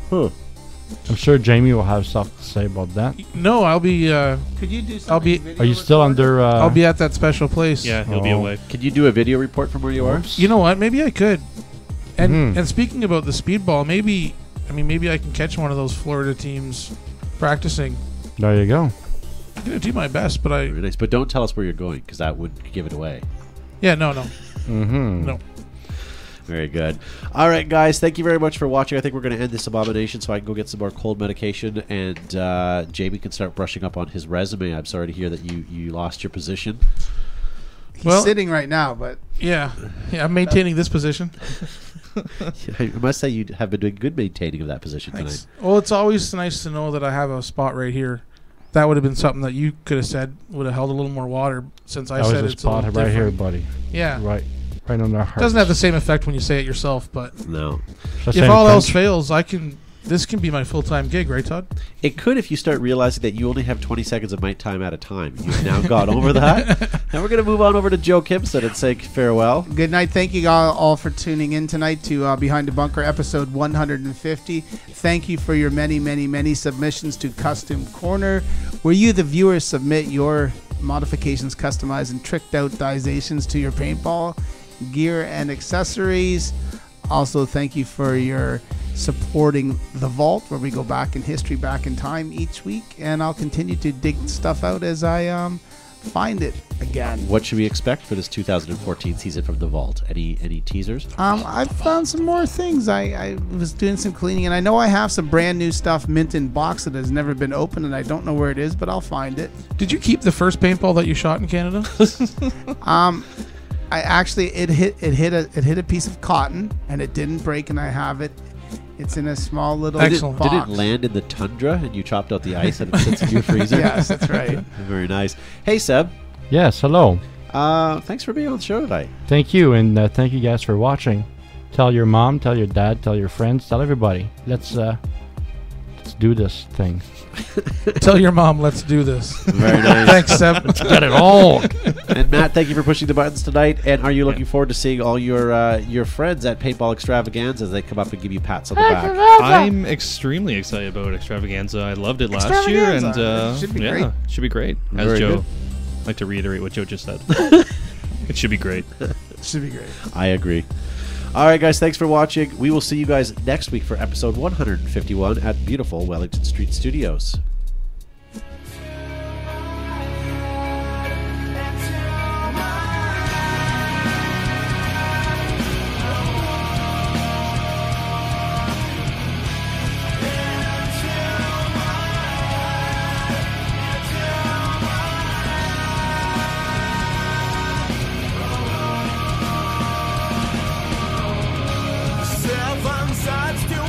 Speaker 7: Huh.
Speaker 8: I'm sure Jamie will have stuff to say about that.
Speaker 9: no, I'll be uh,
Speaker 10: Could you do something?
Speaker 9: I'll be-
Speaker 10: video
Speaker 8: Are you still
Speaker 10: recorded?
Speaker 8: under? Uh,
Speaker 9: I'll be at that special place.
Speaker 11: Yeah, he'll be
Speaker 8: Oh.
Speaker 11: away.
Speaker 7: Can you do a video report from where you are?
Speaker 9: You know what? Maybe I could. And
Speaker 8: Mhm.
Speaker 9: and speaking about the speedball, maybe I mean maybe I can catch one of those Florida teams practicing.
Speaker 8: There you go.
Speaker 9: I'm gonna do my best, but I
Speaker 7: Very nice. But don't tell us where you're going because that would give it away.
Speaker 9: yeah no no
Speaker 8: Mm-hmm.
Speaker 9: no.
Speaker 7: Very good. All right, guys. Thank you very much for watching. I think we're going to end this abomination so I can go get some more cold medication and uh, Jamie can start brushing up on his resume. I'm sorry to hear that you, you lost your position.
Speaker 10: He's
Speaker 9: Well-
Speaker 10: sitting right now, but
Speaker 9: Yeah yeah I'm maintaining this position.
Speaker 7: I must say you have been doing good maintaining of that position
Speaker 9: Thanks.
Speaker 7: tonight.
Speaker 9: Well, it's always nice to know that I have a spot right here. That would have been something that you could have said would have held a little more water since I
Speaker 8: That was
Speaker 9: said
Speaker 8: a
Speaker 9: it's a little
Speaker 8: spot right here,
Speaker 9: different.
Speaker 8: buddy.
Speaker 9: Yeah,
Speaker 8: Right, right on their heart.
Speaker 9: doesn't have the same effect when you say it yourself, but
Speaker 7: No,
Speaker 9: if all else fails, I can. This can be my full time gig, right, Todd?
Speaker 7: it could if you start realizing that you only have 20 seconds of my time at a time. You've now got over that. Now we're going to move on over to Joe Kimson and say farewell.
Speaker 10: good night. Thank you all, all for tuning in tonight to uh, Behind the Bunker episode 150. Thank you for your many, many, many submissions to Custom Corner, where you, the viewers, submit your modifications, customized, and tricked outizations to your paintball gear and accessories. Also, thank you for your supporting the vault where we go back in history, back in time each week, and I'll continue to dig stuff out as I um, find it again.
Speaker 7: What should we expect for this 2014 season from The Vault? Any any teasers?
Speaker 10: Um, I found some more things. I, I was doing some cleaning, and I know I have some brand new stuff mint in box that has never been opened, and I don't know where it is, but I'll find it.
Speaker 9: Did you keep the first paintball that you shot in Canada?
Speaker 10: I actually it hit it hit a it hit a piece of cotton, and it didn't break, and I have it. It's in a small little
Speaker 7: Did
Speaker 9: Excellent.
Speaker 7: it,
Speaker 10: box.
Speaker 7: did it land in the tundra and you chopped out the ice and it sits in your freezer?
Speaker 10: Yes, that's right.
Speaker 7: Very nice. Hey, Seb.
Speaker 8: Yes. Hello.
Speaker 7: Uh, thanks for being on the show tonight.
Speaker 8: Thank you, and uh, thank you guys for watching. Tell your mom, tell your dad, tell your friends, tell everybody. Let's uh, let's do this thing.
Speaker 9: Tell your mom, let's do this.
Speaker 7: Very nice.
Speaker 9: Thanks, Seb.
Speaker 8: Get it all.
Speaker 7: and Matt, thank you for pushing the buttons tonight. And are you looking forward to seeing all your uh, your friends at Paintball Extravaganza as they come up and give you pats on the back?
Speaker 11: I'm extremely excited about Extravaganza. I loved it last year, and
Speaker 10: Extravaganza.
Speaker 11: uh,
Speaker 10: It should be
Speaker 11: yeah,
Speaker 10: great.
Speaker 11: should be great. As
Speaker 7: Very
Speaker 11: Joe,
Speaker 7: good.
Speaker 11: I'd like to reiterate what Joe just said. it should be great.
Speaker 10: Should be great.
Speaker 7: I agree. All right, guys, thanks for watching. We will see you guys next week for episode 151 at beautiful Wellington Street Studios.
Speaker 6: Seven sides to